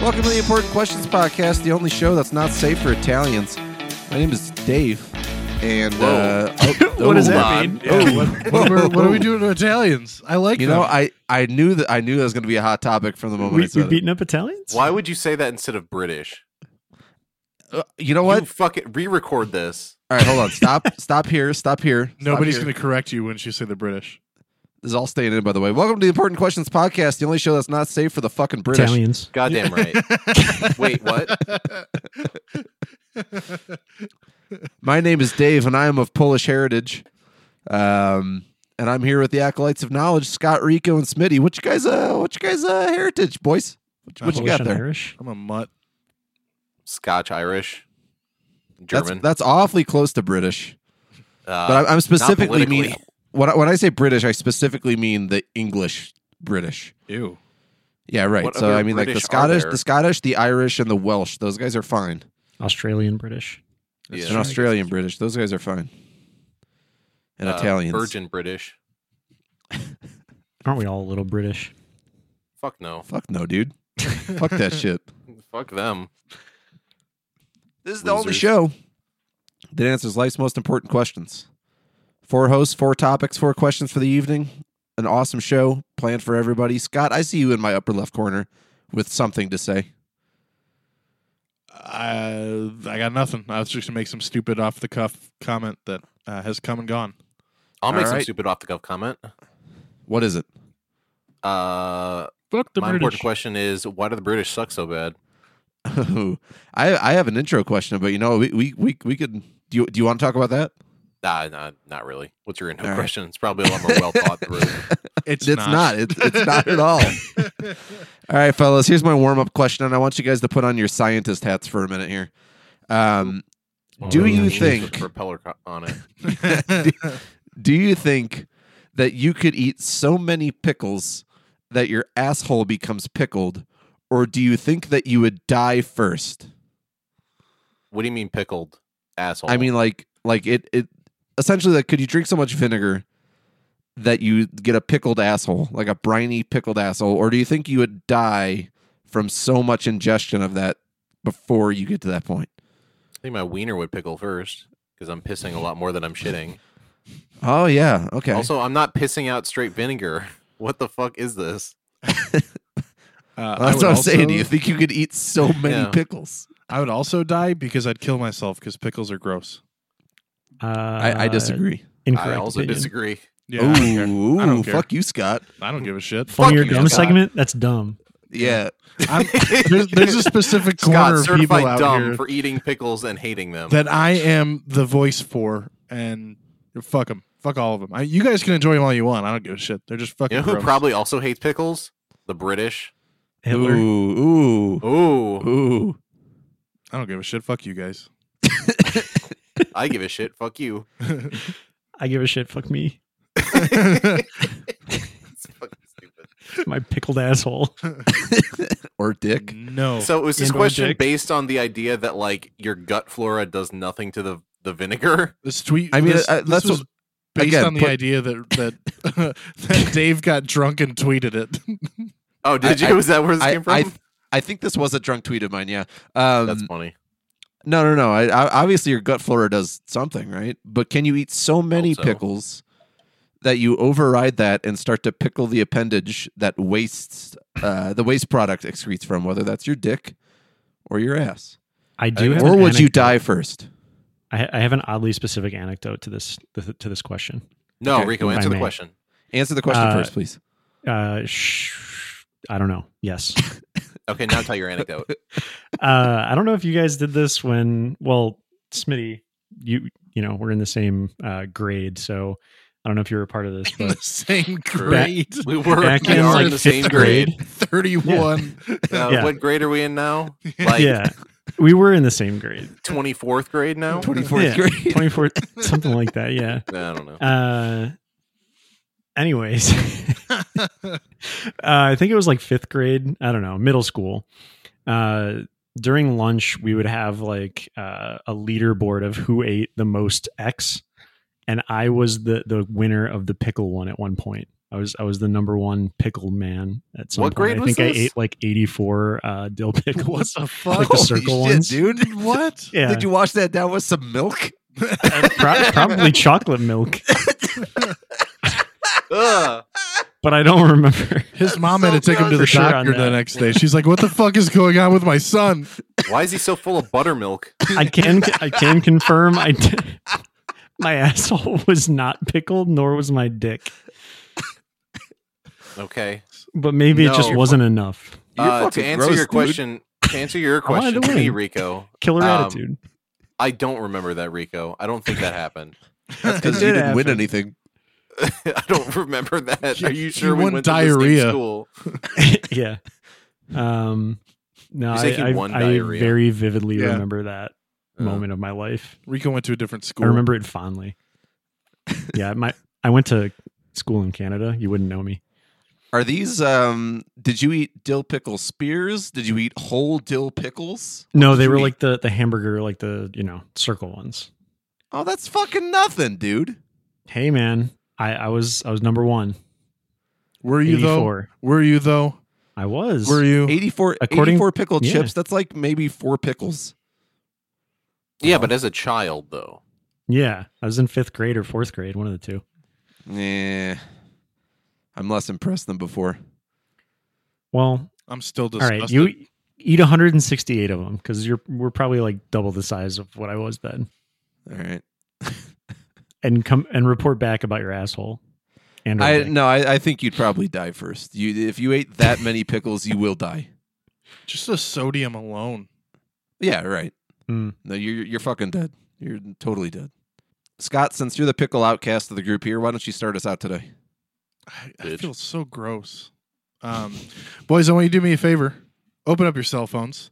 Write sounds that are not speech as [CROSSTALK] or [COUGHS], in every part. Welcome to the Important Questions Podcast, the only show that's not safe for Italians. My name is Dave, and uh, oh, What does oh, that uh, mean? oh, What, what, are, [LAUGHS] what are we doing to Italians? I [LAUGHS] like You them. know, I, I knew that I knew that was going to be a hot topic from the moment I We, we said beating up Italians? [LAUGHS] Why would you say that instead of British? it. Uh, you know What? what? You fuck it. Re-record this. All right, hold on. Stop. [LAUGHS] stop here. Stop here. Stop Nobody's here. going to correct you once you say the British. This is all staying in, by the way. Welcome to the Important Questions Podcast, the only show that's not safe for the fucking British. Italians. Goddamn [LAUGHS] right. [LAUGHS] Wait, what? My name is Dave, and I am of Polish heritage. Um, and I'm here with the acolytes of knowledge, Scott, Rico, and Smitty. What you guys? Uh, what you guys? Uh, heritage, boys. What, you- what you Polish got and there? Irish. I'm a mutt. Scotch, Irish, That's German. that's awfully close to British. uh, But I, I'm specifically mean politically. when I, when I say British, I specifically mean the English British. Ew. Yeah, right. What so other I mean, like the British are Scottish, there? the Scottish, the Irish, and the Welsh. Those guys are fine. Australian British. Yeah. And Australian British. Those guys are fine. And uh, Italians. Virgin British. Aren't we all a little British? Fuck no. Fuck no, dude. [LAUGHS] Fuck that shit. Fuck them. This is the only Losers. show that answers life's most important questions. Four hosts, four topics, four questions for the evening. An awesome show planned for everybody. Scott, I see you in my upper left corner with something to say. I, Uh, I got nothing. I was just going to make some stupid off the cuff comment that uh, has come and gone. I'll make some Alright. stupid off the cuff comment. What is it? [LAUGHS] Uh, Fuck the my important question is why do the British suck so bad? I I have an intro question, but you know we we we, we could. Do you, do you want to talk about that? Nah, nah not really. What's your intro Alright. question? It's probably a lot more well thought [LAUGHS] through. It's, it's [LAUGHS] not. It's, it's not at all. all right, fellas. Here's my warm up question, and I want you guys to put on your scientist hats for a minute here. Um, do Well, you that's With think? the propeller co- on it? Uh, [LAUGHS] Do you think that you could eat so many pickles that your asshole becomes pickled, or do you think that you would die first? What do you mean pickled asshole? I mean, like, like it, it essentially like, could you drink so much vinegar that you get a pickled asshole, like a briny pickled asshole, or do you think you would die from so much ingestion of that before you get to that point? I think my wiener would pickle first because I'm pissing a lot more than I'm shitting. Oh yeah, okay. Also, I'm not pissing out straight vinegar. [LAUGHS] What the fuck is this? Uh, I That's would what I'm saying. Do also- you think you could eat so many Yeah. pickles? I would also die because I'd kill myself because pickles are gross. Uh, I, I disagree. Incorrect. I also opinion. disagree. Yeah, I don't care. Ooh, I don't care. fuck you, Scott. I don't give a [LAUGHS] shit. Funny or Fucking dumb Scott. segment? That's dumb. Yeah. I'm, there's, there's a specific corner Scott, of people certified out dumb here for eating pickles and hating them. that I am the voice for, and fuck them, fuck all of them. I, you guys can enjoy them all you want. I don't give a shit. They're just fucking. you know who gross. probably also hates pickles? The British. Hitler. Ooh, ooh, Ooh, ooh. I don't give a shit. Fuck you guys. I give a shit. Fuck you. [LAUGHS] I give a shit. Fuck me. It's fucking stupid. My pickled asshole. Or dick. no. So was this And or question dick. based on the idea that like your gut flora does nothing to the the vinegar? [LAUGHS] this tweet. I mean, this, I- I- this that's was what- based again, on the put- idea [LAUGHS] that that [LAUGHS] that Dave got drunk and tweeted it. [LAUGHS] Oh, did I- you? Is that where this I, came from? I, I think this was a drunk tweet of mine. Yeah. Um, That's funny. no, no, no. I, I, obviously, your gut flora does something, right? But can you eat so many so. pickles that you override that and start to pickle the appendage that wastes uh, the waste product excretes from, whether that's your dick or your ass? I do. have or an would you anecdote. die first? I, I have an oddly specific anecdote to this to this question. No, Okay, Rico, if I answer the may. question. Answer the question Uh, first, please. Uh, sh- I don't know. Yes. Okay, now tell [LAUGHS] your anecdote. uh, I don't know if you guys did this when, well, Smitty, you you know we're in the same uh, grade, so I don't know if you were a part [LAUGHS] of this, but same grade. We were back we in are like in the same fifth grade. grade, Thirty-one. Uh, Yeah. What grade are we in now? [LAUGHS] Like yeah, we were in the same grade, twenty [LAUGHS] fourth grade now. Twenty fourth Yeah. grade. twenty [LAUGHS] four, something like that. Yeah. I don't know. Uh, anyways, [LAUGHS] uh, I think it was like fifth grade. I don't know, middle school. Uh, during lunch, we would have like uh, a leaderboard of who ate the most X, and I was the the winner of the pickle one at one point. I was I was the number one pickle man at some point. What grade I was think I this? ate like eighty four uh, [LAUGHS] dill pickles. What [LAUGHS] the fuck? Like the circle ones? dude. [LAUGHS] what? Yeah, Did you wash that down with some milk? Pro- probably chocolate milk, Ugh. but I don't remember. His mom So had to take him to good. the For sure on doctor the that. next day. She's like, "What the fuck is going on with my son?" Why is he so full of buttermilk? I can I can confirm I did. my asshole was not pickled, nor was my dick. Okay. But maybe it No. just wasn't enough. You're Uh, to fucking answer gross, your dude. question, to answer your I wanted to question, to me, win. Rico, Killer Um, attitude. [LAUGHS] I don't remember that, Rico. I don't think that happened. [LAUGHS] [LAUGHS] Because [LAUGHS] It you didn't win happened. anything. I don't remember that. You- Are you sure you we won went to the diarrhea. same school? yeah. Um. No, You I, say he I, won I diarrhea. very vividly Yeah. remember that moment of my life. Rico went to a different school. I remember it fondly. yeah, my I went to school in Canada. You wouldn't know me. Are these? Um, did you eat dill pickle spears? Did you eat whole dill pickles? What No, did they you were eat? like the the hamburger, like the you know circle ones. oh, that's fucking nothing, dude. Hey man, I I was I was number one. Were you Eighty though? four. Were you though? I was. Were you? 84, According- 84 pickle yeah. chips. That's like maybe four pickles. Yeah, but as a child, though. Yeah, I was in fifth grade or fourth grade, one of the two. Yeah, I'm less impressed than before. Well, I'm still all disgusted. right, you eat 168 of them because you're we're probably like double the size of what I was then, All right. and come and report back about your asshole. And or I dick. no, I, I think you'd probably die first. You if you ate that many pickles, you will die. Just the sodium alone. Yeah, right. Mm. No, you're you're fucking dead. You're totally dead. Scott, since you're the pickle outcast of the group here, why don't you start us out today? I, I Bitch. feel so gross. Um, boys, I want you to do me a favor. Open up your cell phones.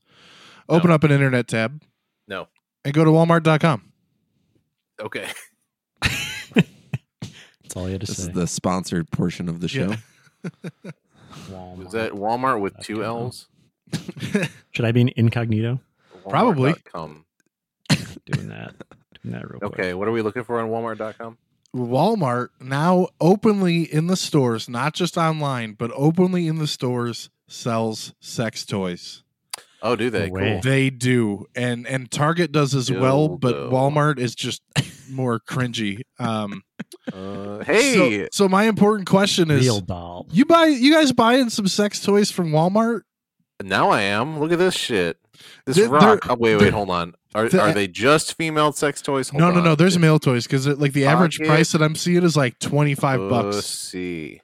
Open No. up an internet tab. No. And go to Walmart.com. Okay. that's all you had to This say. is the sponsored portion of the show. Yeah. Walmart. Is that Walmart with two Okay. L's? Should I be an incognito Probably. Walmart.com. doing that? doing that real quick. Okay. What are we looking for on Walmart.com? Walmart now openly in the stores, not just online, but openly in the stores sells sex toys. Oh, do they? No way. Cool. They do. And and Target does as well, but Dildo. Walmart is just more cringy. Um Uh, so- hey, so, my important question is Real doll. you buy you guys buying some sex toys from Walmart? now I am. Look at this shit. This They're- rock. they're- Oh, wait, they're- wait, hold on. Are, they're- are they just female sex toys? Hold eh no, no, on. no. There's male toys because like the average Pocket. price that I'm seeing is like twenty five bucks. Pussy.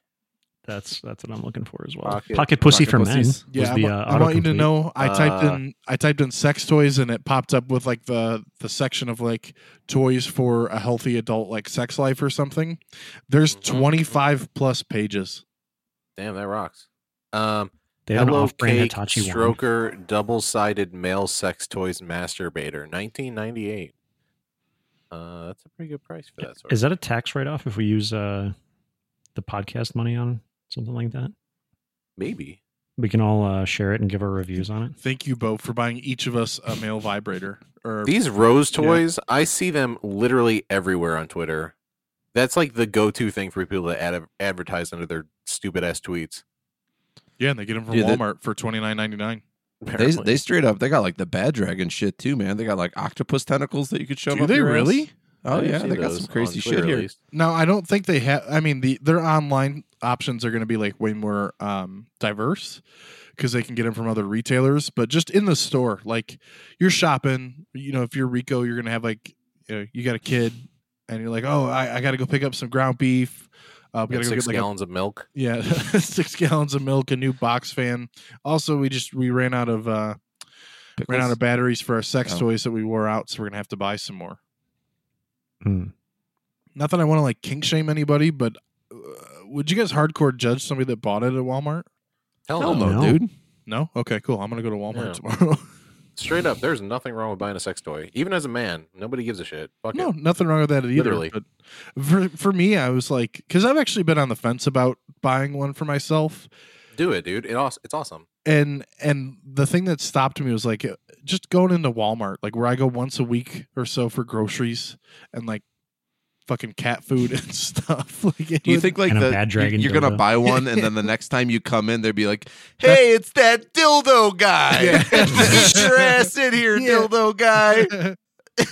That's that's what I'm looking for as well. Pocket, Pocket- pussy pocket for pussies. men. Yeah, was the, I, wa- uh, I want you to autocomplete. know. I typed Uh, in I typed in sex toys and it popped up with like the the section of like toys for a healthy adult like sex life or something. There's Mhm. twenty five plus pages. Damn, that rocks. Um, They have an Hello off-brand Cake Hitachi wand. Stroker double-sided male sex toys masturbator, 1998. Uh, that's a pretty good price for that sort. Is that a tax write-off if we use uh, the podcast money on something like that? maybe? We can all uh, share it and give our reviews on it. Thank you both for buying each of us a male vibrator. Or These rose Yeah. toys, I see them literally everywhere on Twitter. That's like the go-to thing for people to ad- advertise under their stupid ass tweets. yeah, and they get them from Dude, that- Walmart for twenty nine ninety nine. They, apparently. they straight up they got like the bad dragon shit too, man. They got like octopus tentacles that you could shove Do up they your ass. really? Oh I've yeah, seen they got those some on crazy Twitter, shit at here. least. No, I don't think they have. I mean, the their online options are going to be like way more um, diverse because they can get them from other retailers. But just in the store, like you're shopping, you know, if you're Rico, you're going to have like you, know, you got a kid, and you're like, oh, I, I got to go pick up some ground beef. Uh, we got Like to go six get like a gallons of milk. yeah, [LAUGHS] six gallons of milk, a new box fan. Also, we just we ran out of uh ran out of batteries for our sex Oh. toys that we wore out, so we're gonna have to buy some more. Hmm. Not that I want to like kink shame anybody, but uh, would you guys hardcore judge somebody that bought it at Walmart? Hell Hell no. no, No. dude. No. Okay, cool. I'm gonna go to Walmart Yeah. [LAUGHS] tomorrow. Straight up, there's nothing wrong with buying a sex toy. Even as a man, nobody gives a shit. Fuck no, it. nothing wrong with that either. Literally. But for for me, I was like, because I've actually been on the fence about buying one for myself. Do it, dude. It also, [LAUGHS] it's awesome. and and the thing that stopped me was like uh, just going into Walmart, like where I go once a week or so for groceries, and like fucking cat food [LAUGHS] and stuff. Like, it Do you would- think like And a the, bad you- dragon you're gonna dildo. buy one, and then the next time you come in, they'd be like, "Hey, it's that dildo guy. Yeah. [LAUGHS] Get your ass in here, Yeah. dildo guy."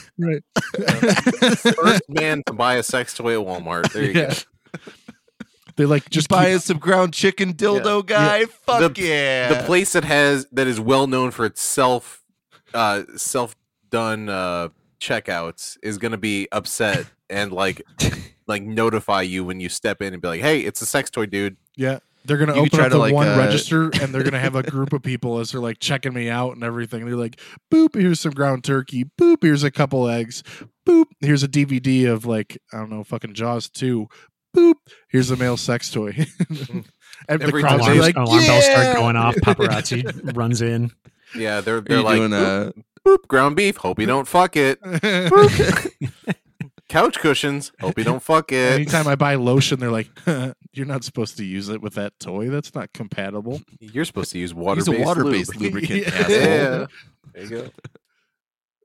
[LAUGHS] right? [LAUGHS] First man to buy a sex toy at Walmart. There you Yeah. They like Just just buy buying some ground chicken dildo guy. Fuck The- yeah! go. The place that has that is well known for its self uh self done uh checkouts is gonna be upset and like [LAUGHS] like notify you when you step in and be like, Hey, it's a sex toy dude. Yeah. They're gonna You could open try up to, the like, one uh, register and they're [LAUGHS] gonna have a group of people as they're like checking me out and everything. They're like, boop, here's some ground turkey, boop, here's a couple eggs, boop, here's a DVD of like, I don't know, fucking Jaws 2, boop, here's a male sex toy. [LAUGHS] and the Every crowd's time. Alarms, like, alarm bells "Yeah!" start going off. [LAUGHS] Paparazzi runs in. Yeah, they're Are they're you like doing "Oop, a boop, ground beef, hope you don't fuck it. [LAUGHS] Couch cushions, hope you don't [LAUGHS] fuck it. Anytime I buy lotion, they're like, [LAUGHS] "You're not supposed to use it with that toy. That's not compatible." You're supposed to use water use a [LAUGHS] water-based lube. lubricant? Yeah. asshole. Yeah. There you go.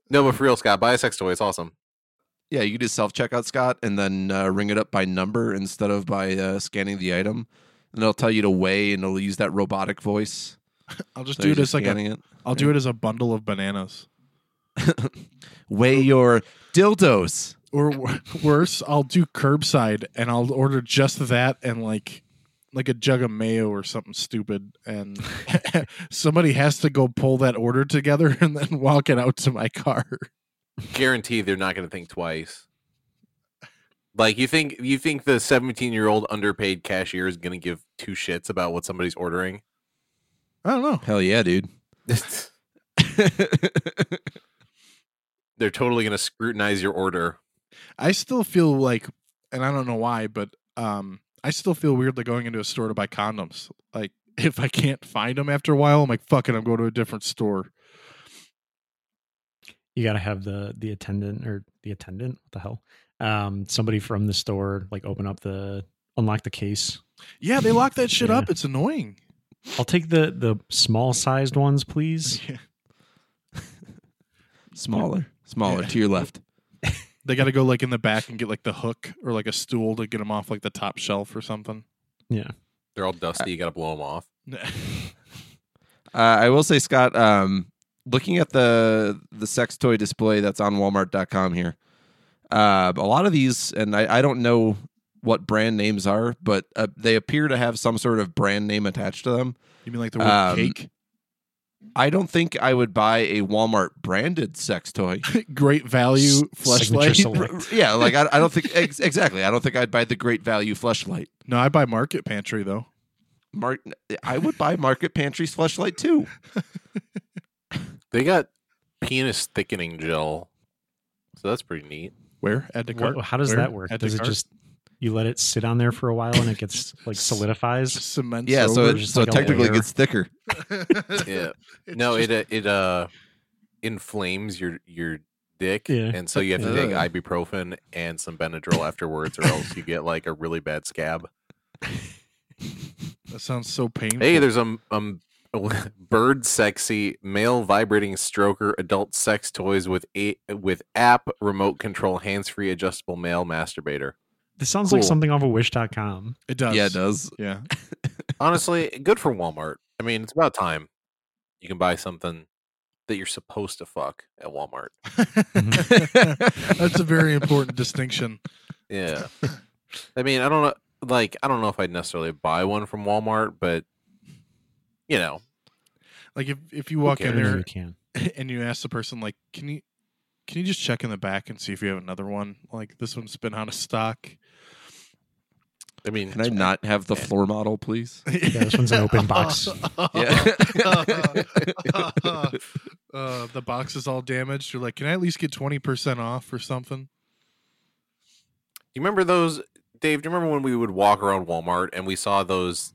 No, but for real, Scott, buy a sex toy. It's awesome. Yeah, you could do self checkout, Scott, and then uh, ring it up by number instead of by uh, scanning the item. And they'll tell you to weigh, and they'll use that robotic voice. I'll just So do you're it as like a, scanning it. I'll do it as a bundle of bananas. Weigh your dildos. or w- [LAUGHS] worse, I'll do curbside and I'll order just that and like like a jug of mayo or something stupid and [LAUGHS] somebody has to go pull that order together [LAUGHS] and then walk it out to my car. Guarantee they're not going to think twice. Like you think you think the 17 year old underpaid cashier is going to give two shits about what somebody's ordering? [LAUGHS] I don't know. Hell yeah, [LAUGHS] dude. they're totally going to scrutinize your order. I still feel like and I don't know why, but um I still feel weird like going into a store to buy condoms. Like [LAUGHS] if I can't find them after a while, I'm like fuck it, I'm going to a different store. You got to have the the attendant or the attendant. What the hell? Um, somebody from the store like open up the unlock the case. Yeah, they lock that shit Yeah. up. It's annoying. [LAUGHS] I'll take the the small sized ones, please. Smaller, smaller Yeah. to your left. They got to go like in the back and get like the hook or like a stool to get them off like the top shelf or something. They're all dusty. You got to blow them off. Uh, I will say, Scott, um, looking at the the sex toy display that's on Walmart.com here, uh, a lot of these, and I, I don't know what brand names are, but uh, they appear to have some sort of brand name attached to them. You mean like the word Um, cake? I don't think I would buy a Walmart branded sex toy. Great value S- signature flashlight. select. R- r- yeah, like I, I don't think ex- exactly. I don't think I'd buy the Great Value flashlight. [LAUGHS] No, I buy Market Pantry though. Mark, I would buy Market Pantry's flashlight too. They got penis thickening gel. So that's pretty [LAUGHS] neat. Where add to cart? Wha- how does Where? that work? Add to Does it cart? just you let it sit on there for a while and it gets like solidifies? cement? Yeah, so over? it, Just so like a technically it layer. gets thicker. [LAUGHS] Yeah. It's no, just- it it uh, it uh inflames your your dick, Yeah. and so you have to take Ugh. ibuprofen and some Benadryl afterwards, or else you get like a really bad [LAUGHS] scab. that sounds so painful. Hey, there's a [LAUGHS] um bird sexy male vibrating stroker adult sex toys with a with app remote control hands free adjustable male masturbator. This sounds like Cool. something off of Wish.com. it does. Yeah, it does. [LAUGHS] Yeah. Honestly, good for Walmart. I mean, it's about time you can buy something that you're supposed to fuck at Walmart. [LAUGHS] That's a very important distinction. Yeah. I mean, I don't know. Like, I don't know if I'd necessarily buy one from Walmart, but you know, Like if, if you walk in cares? Maybe there you [LAUGHS] can. and you ask the person like can you can you just check in the back and see if you have another one like this one's been out of stock I mean, Can I not have the floor model, please? Yeah, this one's an open box. Yeah. [LAUGHS] uh, the box is all damaged you're like can i at least get 20% off or something you remember those, Dave? Do you remember when we would walk around Walmart and we saw those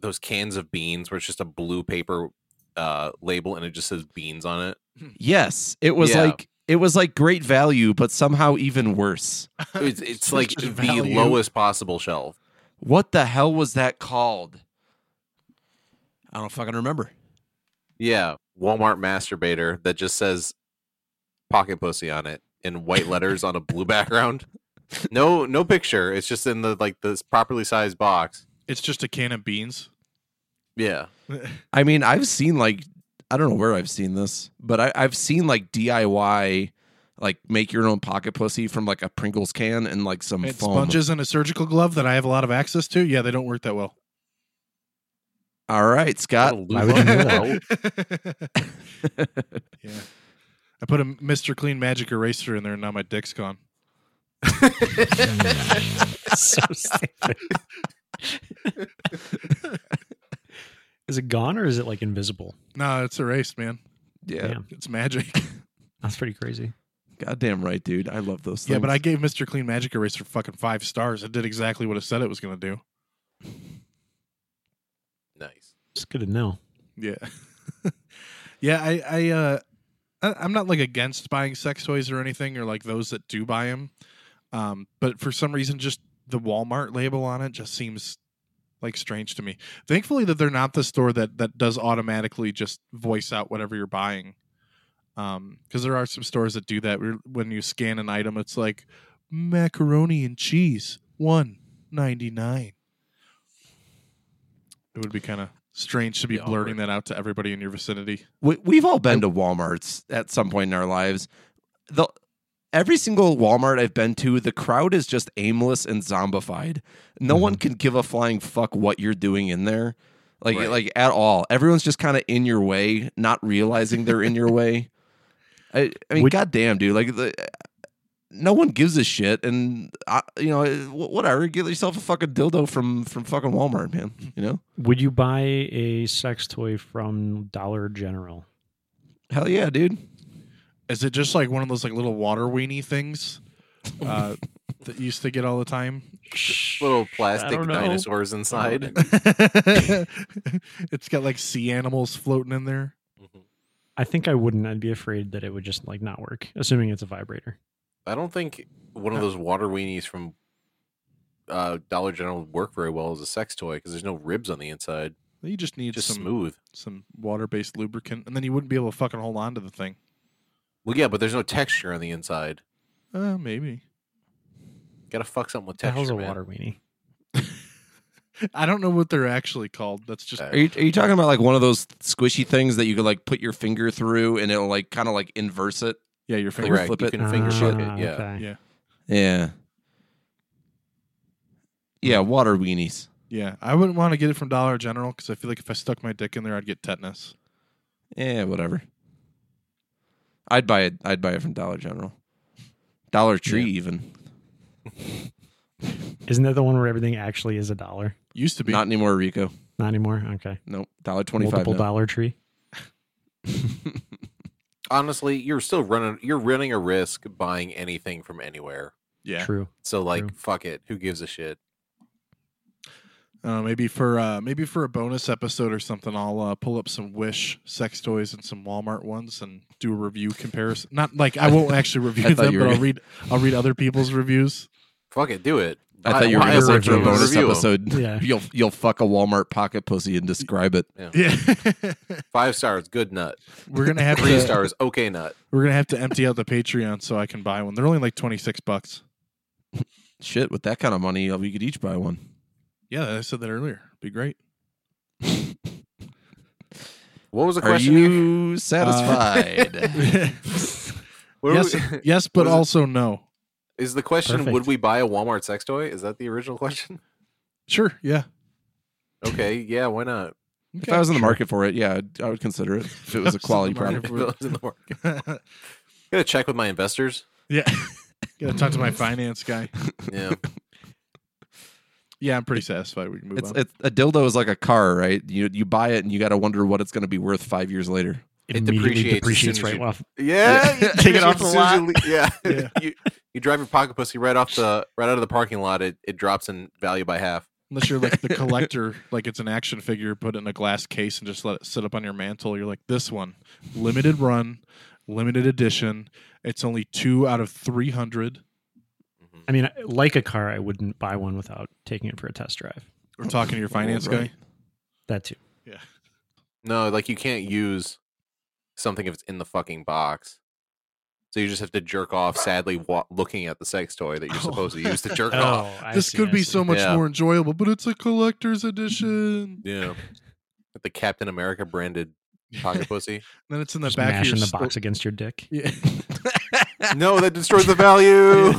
those cans of beans where it's just a blue paper uh, label and it just says beans on it? Yes, it was Yeah. like it was like Great Value, but somehow even worse. It's, it's like Such the value. lowest possible shelf. What the hell was that called? I don't fucking remember. Yeah, Walmart [LAUGHS] masturbator that just says pocket pussy on it in white letters on a blue background. No, no picture. It's just in the like this properly sized box. It's just a can of beans. Yeah. I mean, I've seen like I don't know where I've seen this, but I, I've seen like DIY, like make your own pocket pussy from like a Pringles can and like some And foam. sponges and a surgical glove that I have a lot of access to. Yeah, they don't work that well. All right, Oh, Scott. Why would you know that? yeah. I put a Mr. Clean Magic Eraser in there and now my dick's gone. [LAUGHS] so stupid. [LAUGHS] is it gone or is it like invisible? No, it's erased, man. Yeah, Yeah. It's magic. That's pretty crazy. goddamn right, dude. I love those. Things. yeah, but I gave Mr. Clean Magic Eraser fucking five stars. It did exactly what it said it was going to do. [LAUGHS] Nice. Just good to know. Yeah. yeah, I I uh I, I'm not like against buying sex toys or anything or like those that do buy them. Um but for some reason just the Walmart label on it just seems like strange to me. Thankfully that they're not the store that that does automatically just voice out whatever you're buying. Um cuz there are some stores that do that where when you scan an item it's like macaroni and cheese 199. It would be kind of strange to be Be awkward. blurting that out to everybody in your vicinity. we, we've all been to Walmart's at some point in our lives. The every single Walmart I've been to, the crowd is just aimless and zombified. No one can give a flying fuck what you're doing in there, like Right. like at all. Everyone's just kind of in your way, not realizing they're in your way. I, I mean, Would- goddamn, dude! Like, the, no one gives a shit, and I, you know, wh- whatever. Get yourself a fucking dildo from from fucking Walmart, man. You know, Would you buy a sex toy from Dollar General? hell yeah, dude. Is it just like one of those like little water weenie things uh, that you used to get all the time? Little plastic don't know. Oh, dinosaurs inside. [LAUGHS] it's got like sea animals floating in there. Mhm. I think I wouldn't. I'd be afraid that it would just like not work, assuming it's a vibrator. I don't think one of those water weenies from uh, Dollar General would work very well as a sex toy because there's no ribs on the inside. You just need Just some smooth. some water based lubricant, and then you wouldn't be able to fucking hold on to the thing. Well, yeah, but there's no texture on the inside. [LAUGHS] Uh, maybe. Gotta fuck something with the hell's texture. a man. water weenie? I don't know what they're actually called. That's just Uh, Are you, are you talking about like one of those squishy things that you could like put your finger through and it'll like kind of like inverse it? yeah, your Like finger. Correct. flip You it can finger Ah, fuck it. Yeah. okay. Yeah, Yeah. Yeah, water weenies. yeah. I wouldn't want to get it from Dollar General because I feel like if I stuck my dick in there, I'd get tetanus. Yeah, whatever. I'd buy it. I'd buy it from Dollar General, Dollar Tree, even. Isn't that the one where everything actually is a dollar? Used to be. Not anymore, Rico. Not anymore. Okay. Nope, dollar twenty-five. Multiple now. dollar tree. Honestly, you're still running. You're running a risk buying anything from anywhere. yeah. True. [LAUGHS] So like, True. fuck it. Who gives a shit? Uh, maybe for uh, maybe for a bonus episode or something, I'll uh, pull up some Wish sex toys and some Walmart ones and do a review comparison. Not like I won't actually [LAUGHS] I review thought them, you but were- I'll read I'll read other people's reviews. Fuck it. Do it. [LAUGHS] I Buy- thought you were buy going to a say bunch for a of them and bonus review 'em. episode. Yeah. [LAUGHS] You'll you'll fuck a Walmart pocket pussy and describe it. Yeah, Five stars. Good nut. [LAUGHS] we're gonna have Three to stars. Okay nut. we're gonna have to empty out the Patreon so I can buy one. They're only like twenty six bucks. Shit, with that kind of money, we could each buy one. Yeah, I said that earlier. Be great. What was the Are question? again? you [LAUGHS] satisfied? [LAUGHS] yes, What were we- yes, What but is it? also no. [LAUGHS] Is the question would Perfect. we buy a Walmart sex toy? Is that the original question? Sure. Yeah. Okay, yeah, why not? If I was in the Sure. market for it, yeah, I'd- I would consider it if it was [LAUGHS] a If I quality was in the [LAUGHS] market product. If it was in the market. market. Gotta check with my investors. [LAUGHS] yeah. Gotta talk to my finance guy. Yeah. Yeah, I'm pretty satisfied. We can move It's, on. it's a dildo is like a car, right? You you buy it and you got to wonder what it's going to be worth five years later. It Immediately depreciates as soon as right you- off. Yeah. [LAUGHS] Yeah. you Take it just- off as the soon as you lot. [LAUGHS] le- [LAUGHS] Yeah. Yeah. you, you drive your pocket pussy right off the right out of the parking lot, it, it drops in value by half. Unless you're like the collector, like it's an action figure, put it in a glass case and just let it sit up on your mantle. You're like, this one, limited run, limited edition. It's only two out of 300. Mhm. I mean, like a car, I wouldn't buy one without taking it for a test drive. We're talking to your [LAUGHS] finance Right. guy. That too. No, like you can't use something if it's in the fucking box. So you just have to jerk off, sadly, wa- looking at the sex [LAUGHS] toy that you're Oh. supposed to use to jerk off. Oh, I this see, could I be see. so much Yeah. more enjoyable, but it's a collector's edition. Yeah. With the Captain America branded [LAUGHS] pocket pussy. then it's in the Just back of your mashing the sto- [LAUGHS] box against your dick. Yeah. no, that destroys [LAUGHS] the value.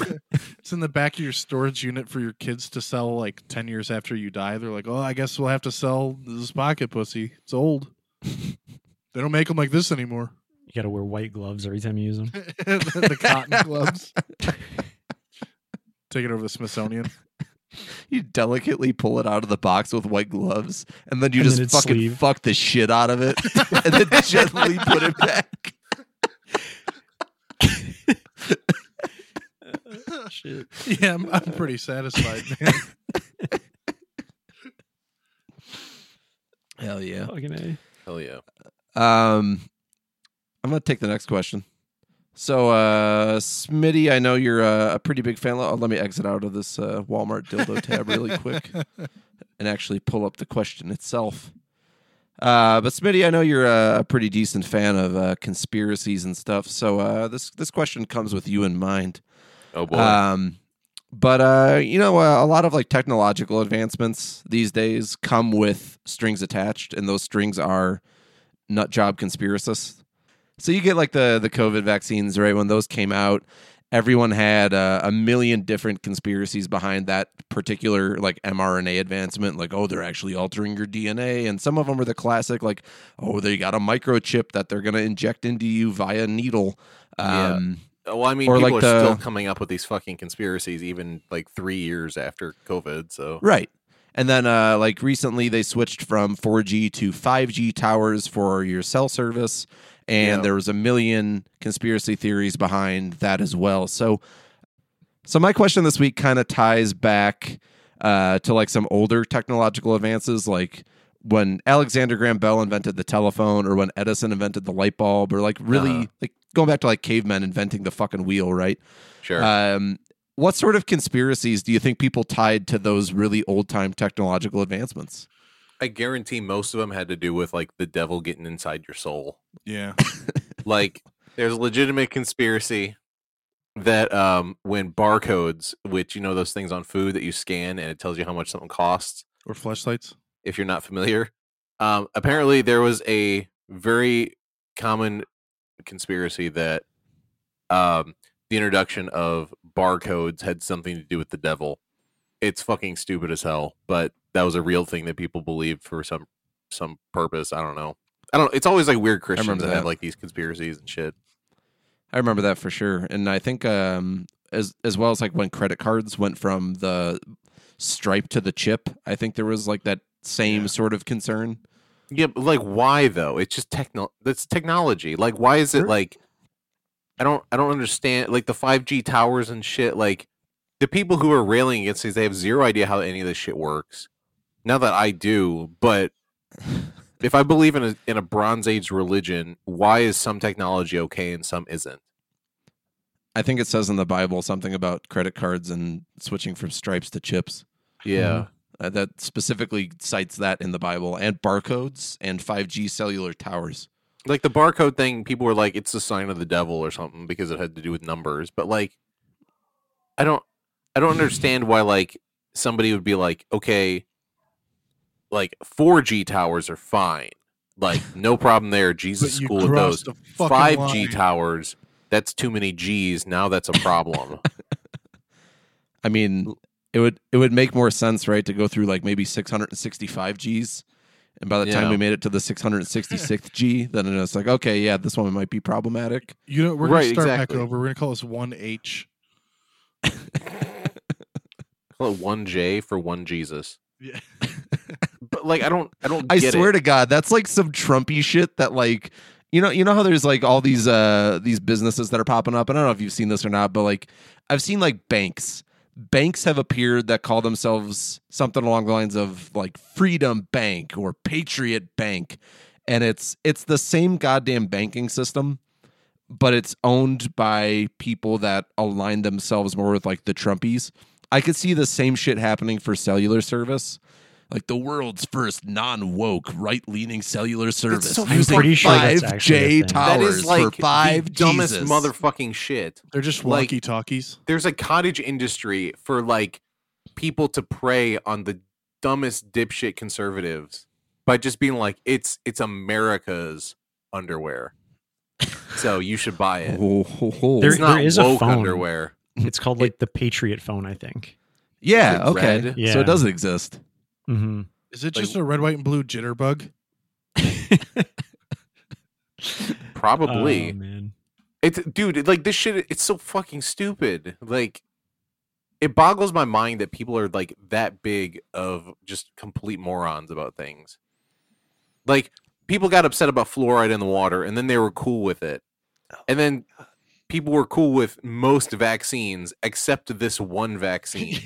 it's in the back of your storage unit for your kids to sell like 10 years after you die. They're like, oh, I guess we'll have to sell this pocket pussy. It's old. they don't make them like this anymore. You got to wear white gloves every time you use them. [LAUGHS] the, the cotton gloves. Take it over to the Smithsonian. You delicately pull it out of the box with white gloves, and then you And just then it's fucking sleeve. fuck the shit out [LAUGHS] of it, and then gently put it back. Shit. [LAUGHS] Yeah, I'm, I'm pretty satisfied, man. Hell yeah. Fucking A. Hell yeah. Um, I'm gonna take the next question. So, uh, Smitty, I know you're uh, a pretty big fan. Oh, let me exit out of this uh, Walmart dildo tab really quick and actually pull up the question itself. Uh, but Smitty, I know you're a, a pretty decent fan of uh, conspiracies and stuff. So uh, this this question comes with you in mind. Oh boy. Um, but uh, you know, uh, a lot of like technological advancements these days come with strings attached, and those strings are nut job conspiracists. So you get like the the COVID vaccines, right? When those came out, everyone had uh, a million different conspiracies behind that particular like mRNA advancement. Like, oh, they're actually altering your DNA, and some of them are the classic, like, oh, they got a microchip that they're gonna inject into you via needle. Yeah. Um, Uh, well, I mean, or people like are still the- coming up with these fucking conspiracies even like three years after COVID. So Right. And then, uh, like recently, they switched from 4G to 5G towers for your cell service, and Yeah. there was a million conspiracy theories behind that as well. So, so my question this week kind of ties back uh, to like some older technological advances, like when Alexander Graham Bell invented the telephone, or when Edison invented the light bulb, or like really Uh-huh. like going back to like cavemen inventing the fucking wheel, right? sure. Um, what sort of conspiracies do you think people tied to those really old time technological advancements? I guarantee most of them had to do with like the devil getting inside your soul. Yeah. Like there's a legitimate conspiracy that um when barcodes, which you know those things on food that you scan and it tells you how much something costs, Or flashlights. if you're not familiar. Um apparently there was a very common conspiracy that um the introduction of barcodes had something to do with the devil. It's fucking stupid as hell, but that was a real thing that people believed for some some purpose. I don't know. I don't. It's always like weird Christians remember that, have that. like these conspiracies and shit. [LAUGHS] I remember that for sure, and I think um, as as well as like when credit cards went from the stripe to the chip, I think there was like that same Yeah. sort of concern. Yeah, but like why though? It's just techno. That's technology. Like why is it Sure. like? I don't. I don't understand. Like the five G towers and shit. Like the people who are railing against these, they have zero idea how any of this shit works. Now that I do, but if I believe in a in a Bronze Age religion, why is some technology okay and some isn't? I think it says in the Bible something about credit cards and switching from stripes to chips. Yeah, Uh, that specifically cites that in the Bible and barcodes and 5G cellular towers. like the barcode thing. People were like, it's the sign of the devil or something because it had to do with numbers. But like, I don't I don't understand why like somebody would be like, okay, like 4G towers are fine. Like no [LAUGHS] problem there. Jesus But you school with those. crossed a fucking 5G line. towers, that's too many G's. Now that's [LAUGHS] a problem. I mean, it would it would make more sense, right, to go through like maybe 665 Gs, and by the time Yeah. we made it to the 666th G, then it's like, okay, yeah, this one might be problematic. You know, we're Right, going to start exactly. back over. We're going to call this 1H. Call it one J for one Jesus. Yeah. But like I don't I don't I get swear it. to God, that's like some Trumpy shit that like. You know, you know how there's like all these uh these businesses that are popping up. And I don't know if you've seen this or not, but like I've seen like banks. Banks have appeared that call themselves something along the lines of like Freedom Bank or Patriot Bank. And it's it's the same goddamn banking system, but it's owned by people that align themselves more with like the Trumpies. I could see the same shit happening for cellular service. like the world's first non woke right leaning cellular service so using pretty sure that's five actually a J thing. That towers is like for five the dumbest Jesus. motherfucking shit. [LAUGHS] They're just Like- walkie talkies. There's a cottage industry for like people to prey on the dumbest dipshit conservatives by just being like, it's it's America's underwear, so you should buy it. Oh, ho, ho. There- it's not there is a woke phone. underwear. It's called like the Patriot phone, I think. yeah, Is it okay. red? So Yeah. it doesn't exist. hmm Is it Like- just a red, white, and [LAUGHS] blue jitterbug? Probably. Oh, man. It's dude, it- like this shit it's so fucking stupid. Like it boggles my mind that people are like that big of just complete morons about things. Like people got upset about fluoride in the water and then they were cool with it. And then people were cool with most vaccines except this one [LAUGHS] vaccine.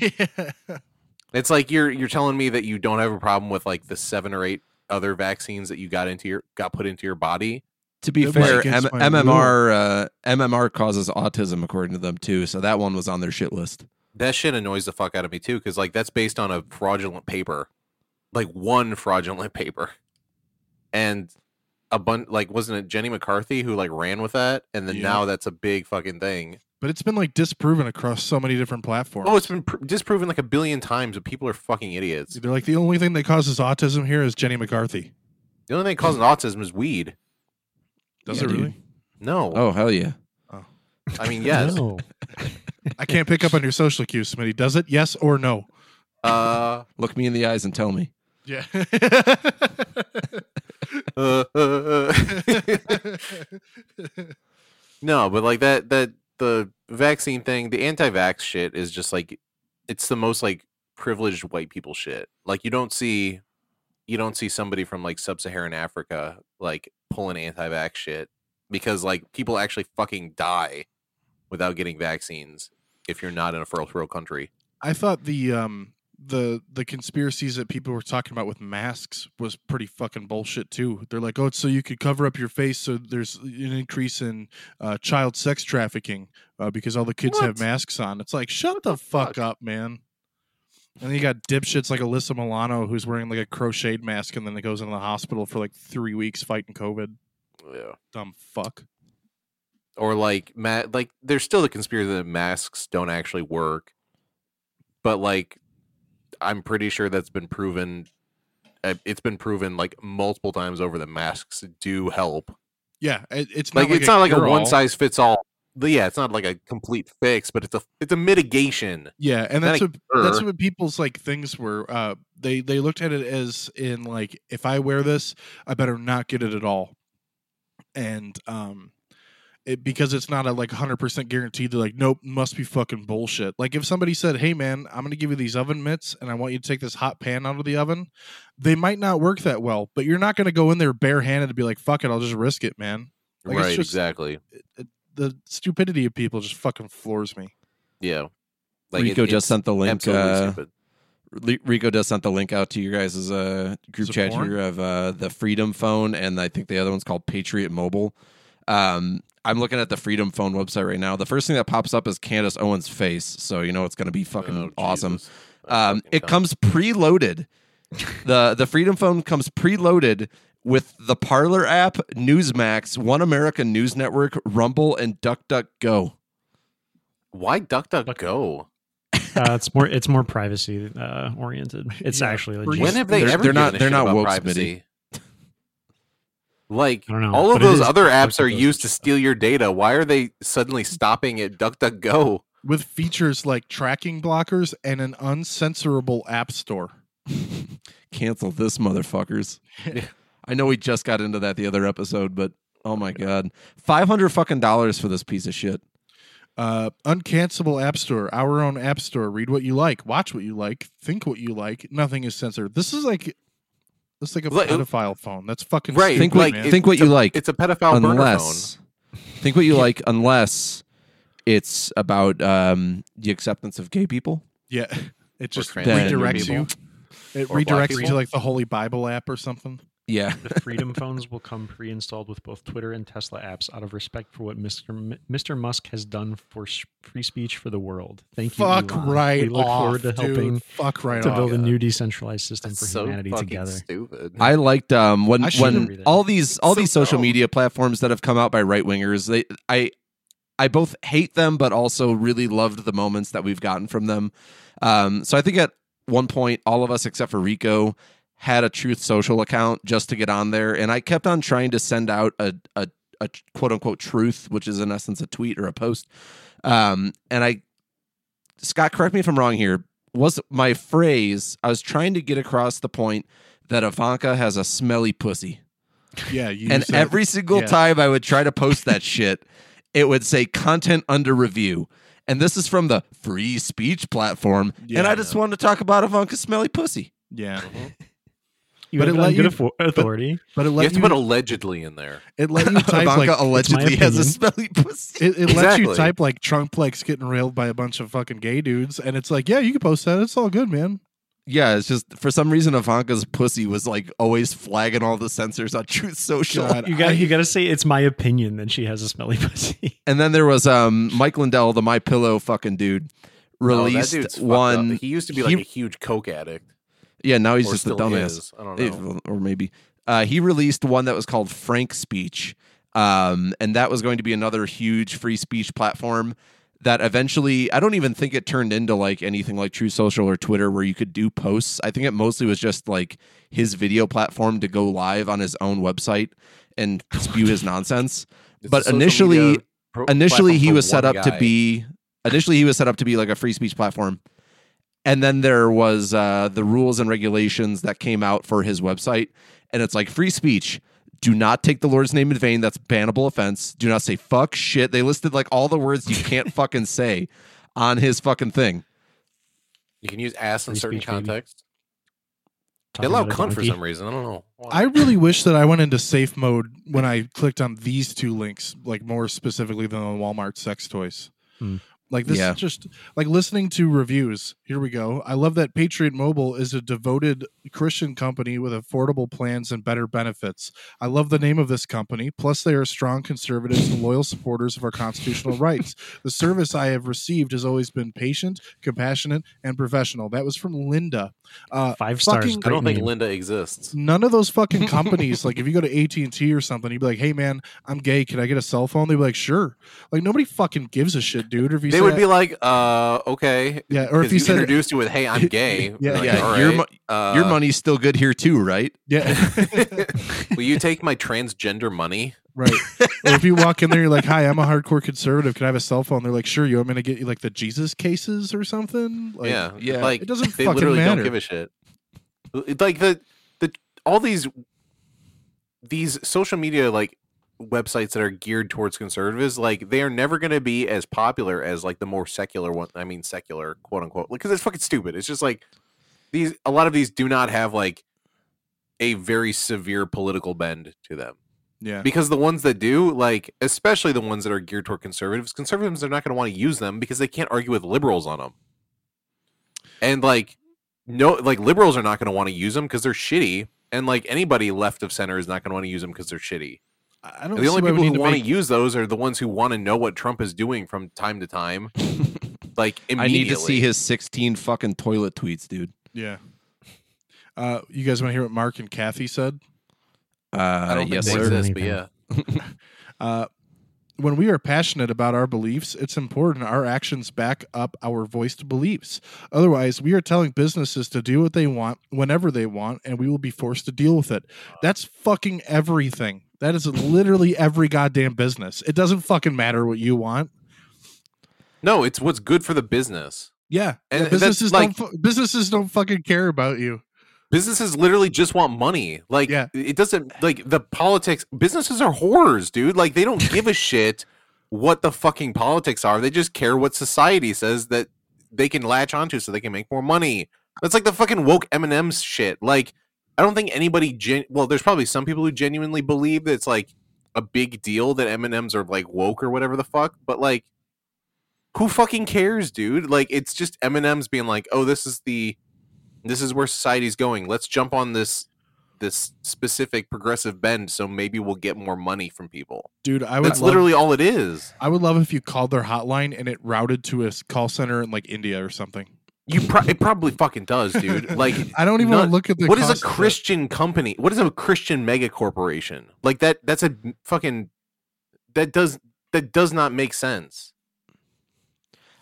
It's like you're you're telling me that you don't have a problem with like the seven or eight other vaccines that you got into your got put into your body. To be It fair, might M- against my MMR uh, MMR causes autism according to them too, so that one was on their shit list. that shit annoys the fuck out of me too because like that's based on a fraudulent paper like one fraudulent [LAUGHS] paper and a bunch like wasn't it jenny mccarthy who like ran with that and then Yeah. now that's a big fucking thing But it's been like disproven across so many different platforms. oh it's been pr- disproven like a billion times but people are fucking idiots They're like the only thing that causes autism here is Jenny McCarthy. the only thing causing autism is weed Does Yeah, it dude. really? no Oh hell yeah. i mean [LAUGHS] yes No. I can't pick up on your social cues, Smitty. Does it? Yes or no? uh, [LAUGHS] Look me in the eyes and tell me. Yeah. uh, uh, uh. No, but like that that the vaccine thing, the anti-vax shit is just like it's the most like privileged white people shit. Like you don't see you don't see somebody from like sub-Saharan Africa like pulling anti-vax shit because like people actually fucking die without getting vaccines if you're not in a first world country. [LAUGHS] I thought the um the the conspiracies that people were talking about with masks was pretty fucking bullshit too. They're like, oh, it's so you could cover up your face, so there's an increase in uh, child sex trafficking uh, because all the kids have What? masks on. It's like, shut the fuck up, man. And then you got dipshits like Alyssa Milano who's wearing like a crocheted mask and then it goes into the hospital for like three weeks fighting COVID. Yeah. Dumb fuck. Or like ma- like there's still the conspiracy that masks don't actually work. But like I'm pretty sure that's been proven. uh, It's been proven like multiple times over that masks do help. Yeah, it, it's not Like, like it's not like a cure-all. one size fits all. Yeah, it's not like a complete fix, but it's a it's a mitigation. Yeah, and Not that's a what that's cure. what people's like things were. Uh, they they looked at it as in like if I wear this, I better not get it at all, and um, it because it's not a like hundred percent guaranteed. They're like, nope, must be fucking bullshit. Like if somebody said, hey man, I'm gonna give you these oven mitts, and I want you to take this hot pan out of the oven, they might not work that well, but you're not gonna go in there barehanded and be like, fuck it, I'll just risk it, man. Like, it's right, just- exactly. The stupidity of people just fucking floors me. Yeah. Rico it- just it's sent the link. absolutely uh, stupid. Li- Rico just sent the link out to you guys' uh, group Is it chat porn? here of uh, the Freedom Phone, and I think the other one's called Patriot Mobile. Um, I'm looking at the Freedom Phone website right now. The first thing that pops up is Candace Owens' face, so you know it's going to be fucking Oh, awesome. Jesus. I'm Um, fucking it done. comes preloaded. the The Freedom Phone comes preloaded with the Parlor app, Newsmax, One America News Network, Rumble, and DuckDuckGo. Why DuckDuckGo? Uh, it's more it's more privacy uh, oriented. It's Yeah. actually When legit. When have they They're- ever? they're not- given they're a shit not about woke, Smitty. privacy? [LAUGHS] Like I don't know, all of but it those is other apps conflicting are those used to stuff. steal your data. Why are they suddenly stopping at DuckDuckGo? with features like tracking blockers and an uncensorable app store. Cancel this, motherfuckers. Yeah. I know we just got into that the other episode, but oh my god, five hundred fucking dollars for this piece of shit. Uh, uncancelable app store, our own app store. Read what you like, watch what you like, think what you like. Nothing is censored. This is like, this is like a Like- pedophile phone. That's fucking Right, Stupid, Think what, man. it- think what you like, It's a pedophile Oh, burner phone. unless think what you like, unless it's about um, the acceptance of gay people. yeah, [LAUGHS] it just transgender redirects people. you. It Or black redirects you to people. like the Holy Bible app or something. Yeah. The Freedom phones will come pre-installed with both Twitter and Tesla apps out of respect for what Mr. M- Mr. Musk has done for s- free speech for the world. Thank you. Fuck Elon. right We look off, forward to helping dude. Fuck right to off. build a new decentralized system for so humanity fucking together. stupid. I liked um, when I when shouldn't read it. all these all So these social dumb. media platforms that have come out by right wingers. They I I both hate them, but also really loved the moments that we've gotten from them. Um, so I think at one point, all of us except for Rico had a Truth Social account just to get on there, and I kept on trying to send out a a, a quote unquote truth, which is in essence a tweet or a post. Um, and I, Scott, correct me if I'm wrong here. Was my phrase? I was trying to get across the point that Ivanka has a smelly pussy. yeah, you And said- every single yeah. time I would try to post [LAUGHS] that shit, it would say content under review. And this is from the free speech platform. and Yeah, I I just wanted to talk about Ivanka's smelly pussy. yeah, You But have it it on let good you- affo- authority. but it you have lets to you, put allegedly in there. it let you type [LAUGHS] Ivanka like allegedly has a opinion. smelly pussy. it, it lets Exactly. you type like Trump likes getting railed by a bunch of fucking gay dudes, and it's like, yeah, you can post that. It's all good, man. yeah, it's just for some reason Ivanka's pussy was like always flagging all the censors on [LAUGHS] Truth Social. God, you got I- you got to say it's my opinion that she has a smelly [LAUGHS] pussy. And then there was um Mike Lindell, the My Pillow fucking dude, Oh, No, that released dude's fucked up. one. He used to be he- like a huge coke addict. Yeah, now he's or just a still dumbass. is. I don't know. If- or maybe uh, he released one that was called Frank Speech, um, and that was going to be another huge free speech platform. That eventually, I don't even think it turned into like anything like True Social or Twitter where you could do posts. I think it mostly was just like his video platform to go live on his own website and spew his nonsense. It's a but social initially- media pro- Initially, platform he for was set one up to guy. be. Initially, he was set up to be like a free speech platform, and then there was uh, the rules and regulations that came out for his website, and it's like free speech. Do not take the Lord's name in vain. That's bannable offense. Do not say fuck shit. They listed like all the words you [LAUGHS] can't fucking say on his fucking thing. You can use ass in Free certain speech, baby. contexts. They Talking allow about a cunt for donkey. some reason. I don't know. why. I really wish that I went into safe mode when I clicked on these two links, like more specifically than the Walmart sex toys. Hmm. Like this Yeah. is just like listening to reviews. Here we go. I love that Patriot Mobile is a devoted Christian company with affordable plans and better benefits. I love the name of this company. Plus, they are strong conservatives and loyal supporters of our constitutional rights. The service I have received has always been patient, compassionate, and professional. That was from Linda. Uh, Five stars. fucking- I don't great think name. Linda exists. none of [LAUGHS] those fucking companies like if you go to AT&T or something you'd be like hey man I'm gay can I get a cell phone they'd be like sure like nobody fucking gives a shit dude or if you They say would be like, uh, okay. yeah or if 'Cause you, said introduced you with, "Hey, I'm gay," Yeah, like, yeah, all your right, uh, Your money's still good here too, right? [LAUGHS] yeah [LAUGHS] Will you take my transgender money? right or if you walk in there you're like hi I'm a hardcore conservative can I have a cell phone they're like sure you want me to get you like the Jesus cases or something like, yeah, yeah, Like it doesn't they fucking literally matter don't give a shit. It- Like the the all these these social media like websites that are geared towards conservatives, like they are never going to be as popular as like the more secular one. I mean, secular quote unquote, because it's fucking stupid. It's just like these. A lot of these do not have like a very severe political bend to them. yeah because the ones that do like especially the ones that are geared toward conservatives conservatives are not going to want to use them because they can't argue with liberals on them and like no like liberals are not going to want to use them because they're shitty and like anybody left of center is not going to want to use them because they're shitty I don't the only see why we people need who to want make- to use those are the ones who want to know what trump is doing from time to [LAUGHS] time like I immediately. need to see his 16 fucking toilet tweets, dude. yeah uh, you guys want to hear what Mark and Kathy said Uh, i don't think yes, they sir. exist but Anything. yeah Uh, when we are passionate about our beliefs, it's important our actions back up our voiced beliefs. Otherwise, we are telling businesses to do what they want whenever they want, and we will be forced to deal with it. That's fucking everything. That is literally every goddamn business. It doesn't fucking matter what you want. no it's what's good for the business Yeah, And Yeah, that's businesses like- don't fu- businesses don't fucking care about you. businesses literally just want money like Yeah. it doesn't like the politics businesses are horrors dude like they don't give a shit what the fucking politics are they just care what society says that they can latch onto so they can make more money that's like the fucking woke m&m's shit like i don't think anybody gen- well there's probably some people who genuinely believe that it's like a big deal that m&m's are like woke or whatever the fuck but like who fucking cares dude like it's just m&m's being like oh this is the this is where society's going. Let's jump on this this specific progressive bend, so maybe we'll get more money from people. dude. I would That's love- literally all it is. I would love if you called their hotline and it routed to a s- call center in like India or something. You pro- it probably fucking does, [LAUGHS] dude. Like I don't even want None- to look at the. what is a cost of it. Christian company? What is a Christian mega corporation? Like that that's a fucking that does that does not make sense.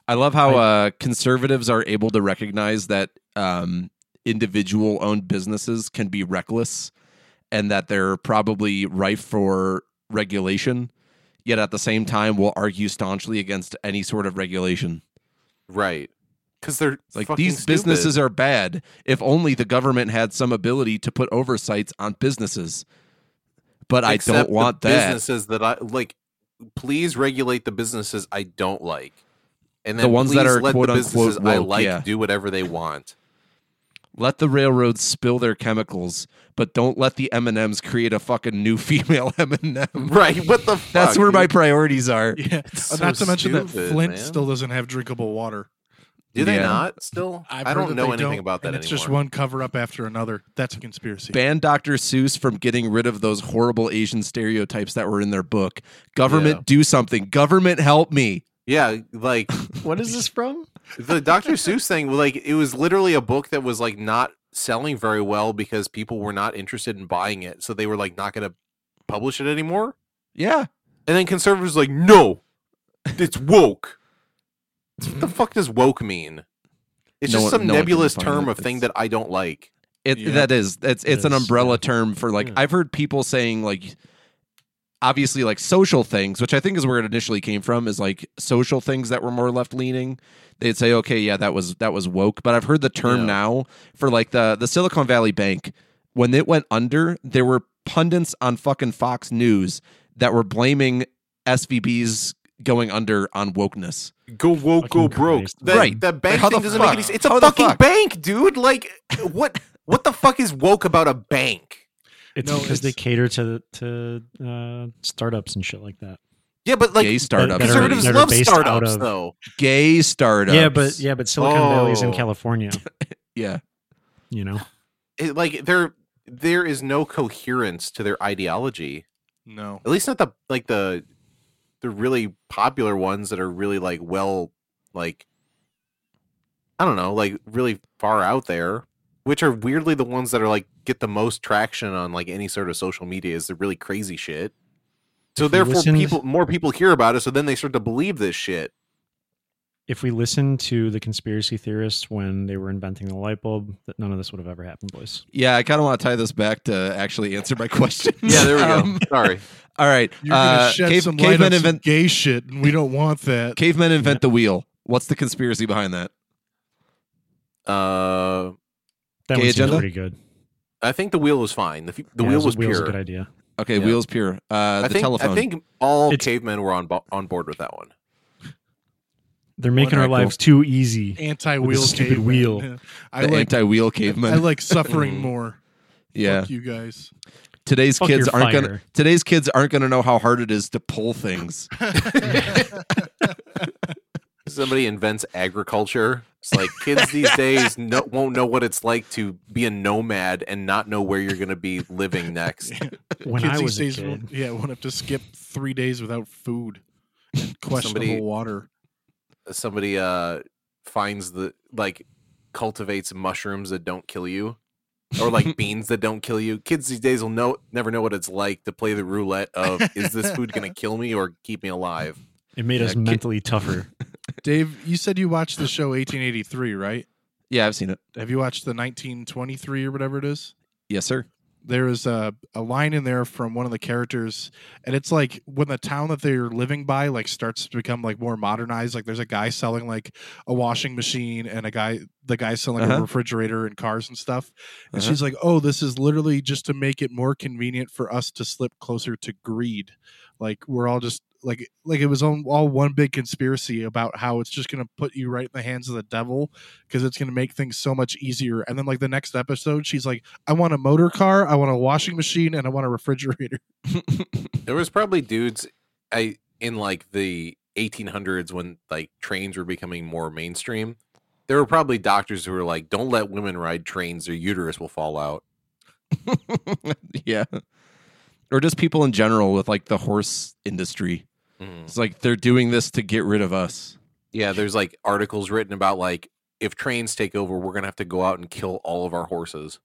I love how uh, conservatives are able to recognize that um, individual owned businesses can be reckless and that they're probably rife for regulation, yet at the same time will argue staunchly against any sort of regulation. Right. Cuz they're It's like fucking these stupid. businesses are bad. If only the government had some ability to put oversights on businesses. But I Except don't the want that. Businesses that I like please regulate the businesses I don't like. And The then ones that please are let quote, the unquote, businesses I woke, like yeah. do whatever they want. [LAUGHS] Let the railroads spill their chemicals, but don't let the M&Ms create a fucking new [LAUGHS] female M&M. Right. What the fuck? That's where my dude? priorities [LAUGHS] are. Yeah, It's not so to mention that stupid, Flint man. still doesn't have drinkable water. Do they Yeah. not still? I've I heard don't that know they anything don't, about that and It's just anymore. one cover up after another. That's a conspiracy. Ban Dr. Seuss from getting rid of those horrible Asian stereotypes that were in their book. Government, Yeah. do something. Government, help me. Yeah, [LAUGHS] like What is this from? the Dr. Seuss thing, like it was literally a book that was like not selling very well because people were not interested in buying it, so they were like not going to publish it anymore. Yeah. And then conservatives were like, no, it's woke. what the fuck does woke mean? It's No just one- some no one can nebulous define term it. of thing It's- that I don't like. It Yeah. that is that's it's an Yes, umbrella yeah. term for like Yeah. I've heard people saying like obviously like social things, which I think is where it initially came from, is like social things that were more left leaning. They'd say, okay, yeah, that was that was woke. But I've heard the term Yeah. now for like the the Silicon Valley Bank. When it went under, there were pundits on fucking Fox News that were blaming SVB's going under on wokeness. Go woke, Fucking go broke. Christ. That, Right. That bank How thing the doesn't fuck? make any sense. It's a How the fucking fuck? bank, dude. Like, what? What the fuck is woke about a bank? It's No, because they it's- cater to to uh, startups and shit like that. Yeah, but like gay startups. that are- conservatives that are love based out startups of- though. gay startups. Yeah, but yeah, but Silicon Valley is in Oh. California. yeah. You know, [LAUGHS] It, like there there is no coherence to their ideology. No, At least not the like the the really popular ones that are really like well like I don't know, like really far out there, which are weirdly the ones that are like get the most traction on like any sort of social media is the really crazy shit. So you therefore listened- people more people hear about it so then they start to believe this shit. if we listened to the conspiracy theorists when they were inventing the light bulb, that none of this would have ever happened, boys. Yeah, I kind of want to tie this back to actually answer my [LAUGHS] question. [LAUGHS] Yeah, there [LAUGHS] we go. Um, Sorry. all right. you're gonna uh, shed cave- some light cavemen on some invent gay shit, and we don't want that. cavemen invent the wheel. What's the conspiracy behind that? Uh Gay That one seems agenda? pretty good. I think the wheel was fine. The, f- the Yeah, wheel so was wheel's pure. a good idea. Okay, Yeah. wheels pure. Uh, I the think telephone. I think all It's- cavemen were on bo- on board with that one. They're making our Wonderful. lives too easy. Anti wheel, With a stupid wheel. [LAUGHS] I the like. anti-wheel I caveman. like suffering Mm. more. [LAUGHS] yeah, Fuck you guys. today's Fuck kids your aren't gonna fire. today's kids aren't gonna know how hard it is to pull [LAUGHS] things. Somebody invents agriculture. It's like kids these days no, won't know what it's like to be a nomad and not know where you're going to be living next. When Kids I these was a days will- kid, yeah, won't have to skip three days without food [LAUGHS] and questionable Somebody- water. Somebody uh, finds the like cultivates mushrooms that don't kill you, or like beans that don't kill you. Kids these days will know never know what it's like to play the roulette of is this food going to kill me or keep me alive. it made Yeah, us ki- mentally tougher. Dave, you said you watched the show 1883, right? Yeah, I've seen it. Have you watched the 1923 or whatever it is? Yes, sir. [LAUGHS] There is a, a line in there from one of the characters, and it's like when the town that they're living by like starts to become like more modernized. Like there's a guy selling like a washing machine, and a guy the guy selling a Uh-huh. refrigerator and cars and stuff. And Uh-huh. she's like, "Oh, this is literally just to make it more convenient for us to slip closer to greed. Like we're all just like like it was on, all one big conspiracy about how it's just going to put you right in the hands of the devil because it's going to make things so much easier." And then like the next episode, she's like, "I want a motor car, I want a washing machine, and I want a refrigerator." There was probably dudes I in like the 1800s when like trains were becoming more mainstream. There were probably doctors who were like, "Don't let women ride trains; their uterus will fall out." yeah. Or just people in general with like the horse industry. It's like they're doing this to get rid of us. Yeah, there's like articles written about like if trains take over, we're gonna have to go out and kill all of our horses.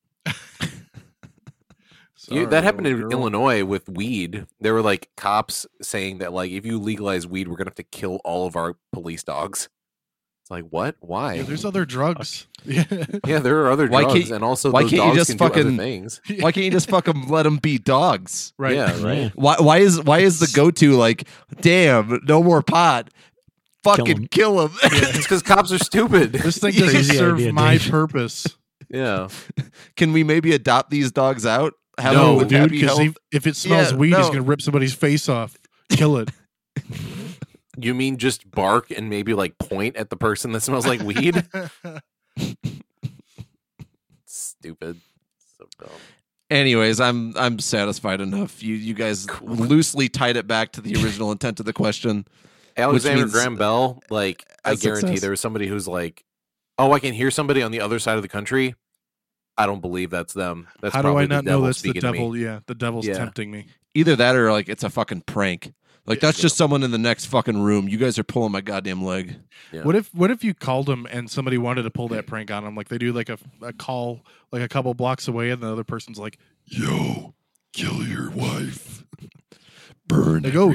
You- Sorry, that happened in old girl. Illinois with weed. There were like cops saying that like if you legalize weed, we're gonna have to kill all of our police dogs. It's like what? Why? Yeah, there's other drugs. Yeah. [LAUGHS] yeah, there are other Why can't drugs, you- and also why those can't you dogs just can do other fucking- things. Why can't you just fucking let them be dogs? right. Yeah, right. Why why is why is [LAUGHS] the go-to like, damn, no more pot. Fucking kill him. [LAUGHS] it's because cops are stupid. [LAUGHS] This thing doesn't Crazy serve idea, my dude. purpose. Yeah, [LAUGHS] Can we maybe adopt these dogs out? Have No, them with dude, happy because health? if, if it smells Yeah, weed, he's no. gonna rip somebody's face off, [LAUGHS] kill it. you mean just bark and maybe like point at the person that smells like weed? [LAUGHS] stupid. So dumb. Anyways, I'm I'm satisfied enough. You you guys Cool. loosely tied it back to [LAUGHS] the original intent of the question. Alexander means- Graham Bell, like I That's guarantee success. there was somebody who's like, "Oh, I can hear somebody on the other side of the country." I don't believe that's them. That's How do probably I the not know devil that's the speaking to me. devil? Yeah, the devil's Yeah. tempting me. Either that or like it's a fucking prank. Like that's Yeah. just someone in the next fucking room. You guys are pulling my goddamn leg. [LAUGHS] Yeah. What if what if you called him and somebody wanted to pull that prank on him? Like they do like a, a call like a couple blocks away, and the other person's like, "Yo, kill your wife, [LAUGHS] burn." Like, oh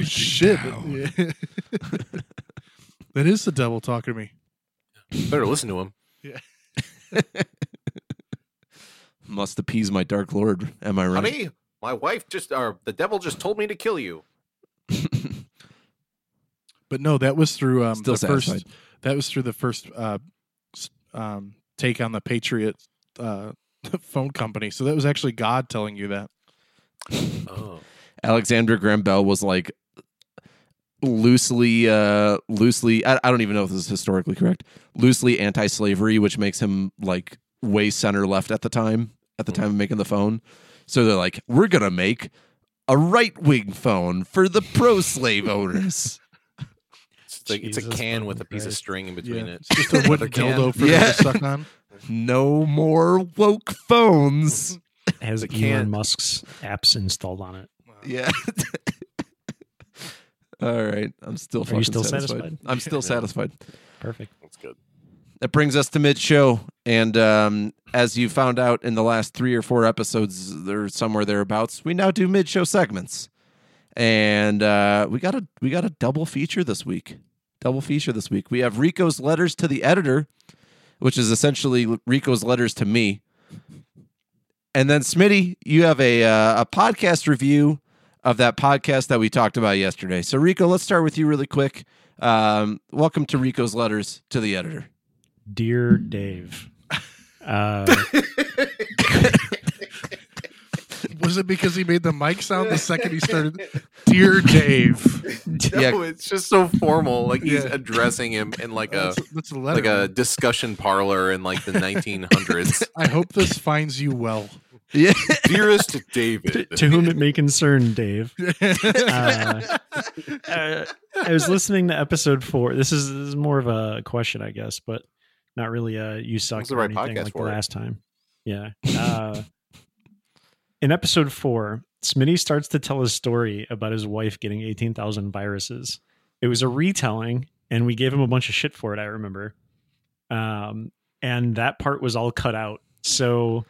[LAUGHS] shit, [LAUGHS] that is the devil talking to me. Better listen to him. Must appease my dark lord. Am I right? Honey, my wife just, or the devil just told me to kill you. But no, that was through um, Still the first. satisfied. That was through the first uh, s- um, take on the Patriot uh, [LAUGHS] phone company. So that was actually God telling you that. [LAUGHS] Oh, Alexander Graham Bell was like loosely uh loosely I, I don't even know if this is historically correct loosely anti-slavery which makes him like way center left at the time at the Mm. time of making the phone so they're like we're gonna make a right-wing phone for the [LAUGHS] pro-slave owners it's, like, it's a Jesus can with a fucking piece of Christ. string in between it. [LAUGHS] It's just a Another wooden can. dildo for Yeah. them to [LAUGHS] suck on. no more woke [LAUGHS] phones has I can't. Elon Musk's apps installed on it. yeah [LAUGHS] all right i'm still Are you fucking still satisfied satisfied? i'm [LAUGHS] still satisfied Perfect. That's good. that brings us to mid show. And um, as you found out in the last three or four episodes or somewhere thereabouts, we now do mid show segments. And uh, we got a we got a double feature this week. Double feature this week. We have Rico's letters to the editor, which is essentially Rico's letters to me. And then Smitty, you have a uh, a podcast review of that podcast that we talked about yesterday. So Rico, let's start with you really quick. Um, welcome to Rico's letters to the editor. Dear Dave. Uh, Was it because he made the mic sound the second he [LAUGHS] started? Dear Dave. Yeah. [LAUGHS] No, it's just so formal. Like he's Yeah. addressing him in like a That's, that's a letter. like a discussion parlor in like the 1900s. I hope this finds you [LAUGHS] well. Yeah. Dearest to, David, to whom it [LAUGHS] may concern, Dave. Uh, uh, I was listening to episode four. This is, this is more of a question, I guess, but not really a you suck This is the or right podcast anything like the for it. last time. Yeah. Uh, in episode four, Smitty starts to tell his story about his wife getting 18,000 viruses. It was a retelling, and we gave him a bunch of shit for it, I remember. Um, and that part was all cut out. So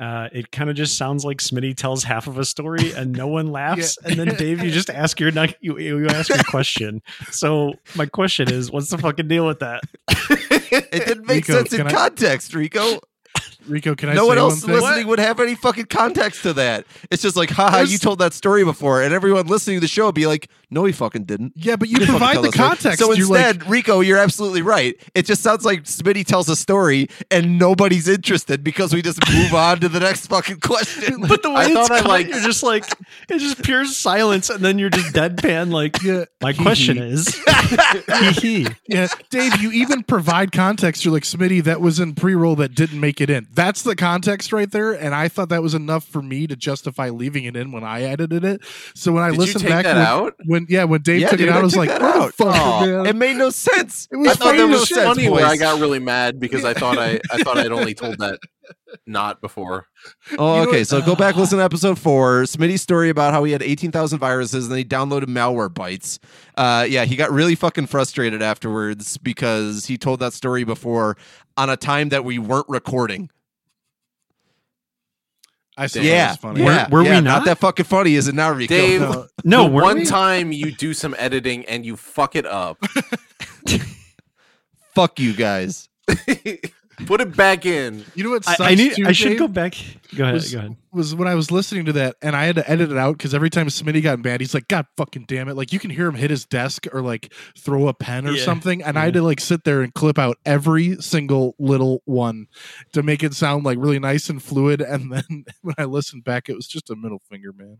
uh, it kind of just sounds like Smitty tells half of a story and no [LAUGHS] one laughs. And then Dave, you just ask your you, you ask your question. So my question is, what's the fucking deal with that? It didn't make Rico, sense in can I- context, Rico. Rico, can I No say one else one thing? listening would have any fucking context to that. It's just like, haha, you There's- told that story before. And everyone listening to the show would be like, no, he fucking didn't. Yeah, but you He didn't fucking provide tell the that story. context. So You're like, instead, Rico, you're absolutely right. It just sounds like Smitty tells a story and nobody's interested because we just [LAUGHS] move on to the next fucking question. [LAUGHS] But the way I it's thought I cut, liked- you're just like it's just pure silence, and then you're just deadpan. Like yeah, [LAUGHS] my hee question hee. is, [LAUGHS] hee hee. yeah, Dave, you even provide context. You're like, Smitty, that was in pre roll that didn't make it in. That's the context right there. And I thought that was enough for me to justify leaving it in when I edited it. So when I did you listened take back that with, out? with when yeah when Dave Yeah, took dude, it out, I was took like, that "What the out. fuck, Aw, man?" It made no sense. It was I thought that funny as was shit, funny boys. where I got really mad because I thought I, I thought I'd only [LAUGHS] told that not before. Oh, You know okay. what- So go back, listen to episode four. Smitty's story about how he had 18,000 viruses and then he downloaded malware bytes. Uh, yeah, he got really fucking frustrated afterwards because he told that story before on a time that we weren't recording. I said yeah. that was funny. Yeah. Were- were we yeah, not? that fucking funny, is it now, Rico? Dave, No. No, the weren't one Oh, we? time you do some editing and you fuck it up, [LAUGHS] Fuck you guys. put it back in. You know what I, sucks I need. too, I should Dave? go back. Go ahead. Was- go ahead. was when I was listening to that and I had to edit it out because every time Smitty got mad, he's like, God fucking damn it. Like you can hear him hit his desk or like throw a pen or Yeah. something. And I Yeah. had to like sit there and clip out every single little one to make it sound like really nice and fluid. And [LAUGHS] then when I listened back, it was just a middle finger, man.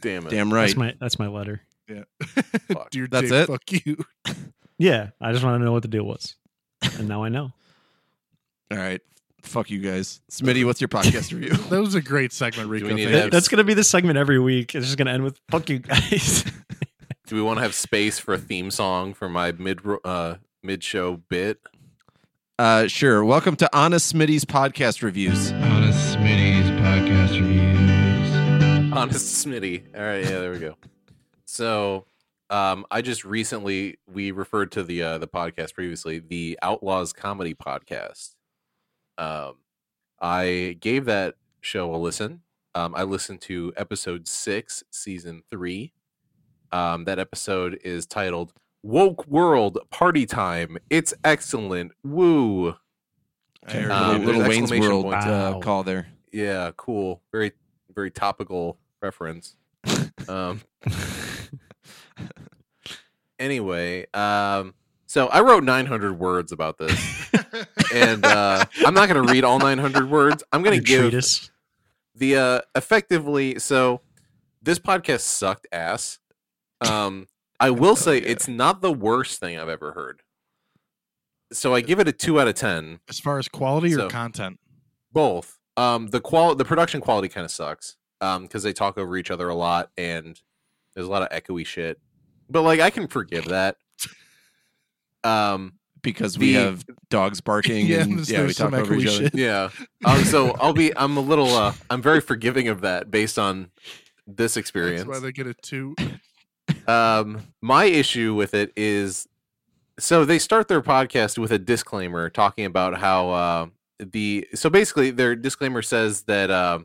Damn it. Damn right. That's my. That's my letter. Fuck. Dear That's it? Dave, fuck you. Yeah, I just want to know what the deal was, and now I [LAUGHS] know. All right. Fuck you guys. Smitty, what's your [LAUGHS] podcast review? [LAUGHS] That was a great segment, Rico. we need Thank to you. That- that's gonna be the segment every week. It's just gonna end with "fuck you guys." Do we want to have space for a theme song for my mid uh, mid show bit? Uh, sure. Welcome to Honest Smitty's podcast reviews. Honest Smitty's podcast reviews. Honest Smitty. All right, yeah, there we go. So, um, I just recently we referred to the uh, the podcast previously, the Outlaws Comedy Podcast. Um, I gave that show a listen. Um, I listened to episode six, season three. Um, that episode is titled "Woke World Party Time." It's excellent. Woo! Your little, Um, Uh, little there's Wayne's exclamation World points. uh, Wow. call there. Yeah, cool. Very very topical reference. Um anyway, um so I wrote 900 words about this and uh I'm not going to read all 900 words. I'm [LAUGHS] going Your to give treatise. the uh effectively so this podcast sucked ass. Um I will say it's not the worst thing I've ever heard. So I give it a 2 out of 10. As far as quality or So- content, both um the qual the production quality kind of sucks um because they talk over each other a lot and there's a lot of echoey shit but like i can forgive that um because we The- have dogs [LAUGHS] barking Yeah, and there's- yeah, we there's talk some over each echoey other. shit. yeah um so i'll be i'm a little uh i'm very forgiving of that based on this that's experience why they get a [CLEARS THROAT] two. um my issue with it is so they start their podcast with a disclaimer talking about how uh the so basically their disclaimer says that uh,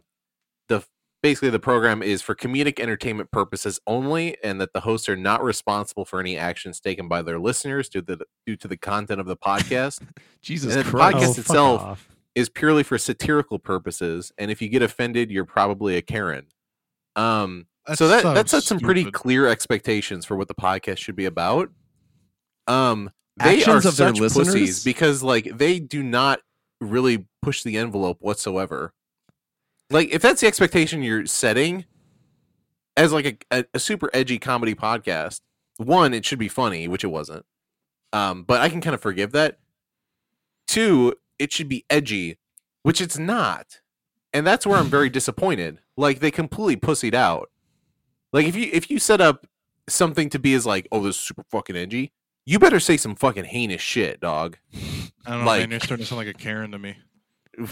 the basically the program is for comedic entertainment purposes only and that the hosts are not responsible for any actions taken by their listeners due to the, due to the content of the podcast Jesus And the Christ! podcast- Oh, fuck itself. off. is purely for satirical purposes and if you get offended you're probably a karen um so that that sets some pretty stupid. clear expectations for what the podcast should be about. Um, they Actions are of their such pussies listeners? because like they do not really push the envelope whatsoever. Like if that's the expectation you're setting as like a, a, a super edgy comedy podcast, one it should be funny, which it wasn't. Um, but I can kind of forgive that. Two, it should be edgy, which it's not, and that's where I'm [LAUGHS] very disappointed. Like they completely pussied out. Like if you if you set up something to be as like, oh, this is super fucking edgy, you better say some fucking heinous shit, dog. I don't know, like- man. You're starting to sound like a Karen [LAUGHS] to me. [LAUGHS]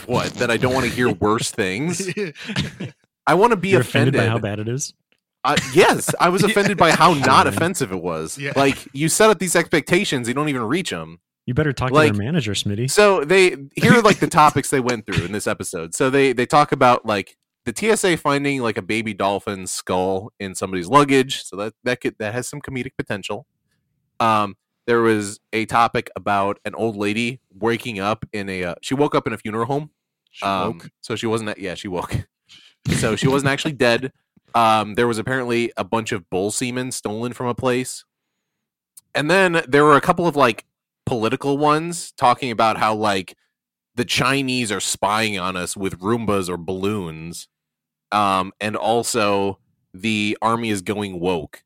What? That I don't want to hear [LAUGHS] worse things. I want to be You're offended. offended by how bad it is. I- yes, I [LAUGHS] was offended by how not offensive it was. Yeah. Like you set up these expectations, you don't even reach them. You better talk Like- to their manager, Smitty. So they here [LAUGHS] are like the topics they went through in this episode. So they they talk about like the TSA finding like a baby dolphin's skull in somebody's luggage. So that that could that has some comedic potential. Um, there was a topic about an old lady waking up in a uh, she woke up in a funeral home. She Um, woke. so she wasn't a- yeah she woke. So she wasn't actually dead. Um, there was apparently a bunch of bull semen stolen from a place, and then there were a couple of like political ones talking about how like the Chinese are spying on us with Roombas or balloons, um, and also the army is going woke,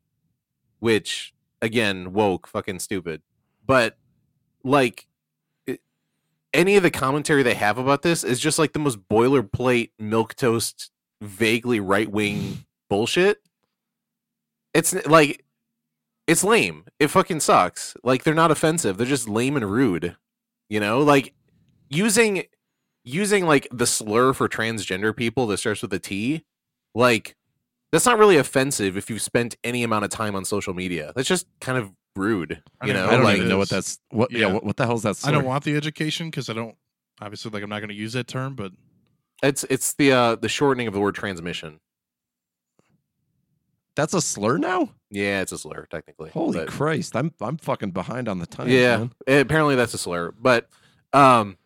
which again woke fucking stupid, but like it- any of the commentary they have about this is just like the most boilerplate milk toast vaguely right wing bullshit It's n- like it's lame. It fucking sucks. Like they're not offensive. They're just lame and rude. You know, like using using like the slur for transgender people that starts with a T, like that's not really offensive if you've spent any amount of time on social media. That's just kind of rude. I You mean, know, I don't like even know what is. that's. What yeah. Yeah. what, what the hell is that? I don't slur? want the education because I don't obviously like I'm not going to use that term, but it's it's the uh the shortening of the word transmission. That's a slur now. Yeah, it's a slur technically. Holy but- Christ! I'm I'm fucking behind on the time. yeah man. eh, apparently that's a slur but um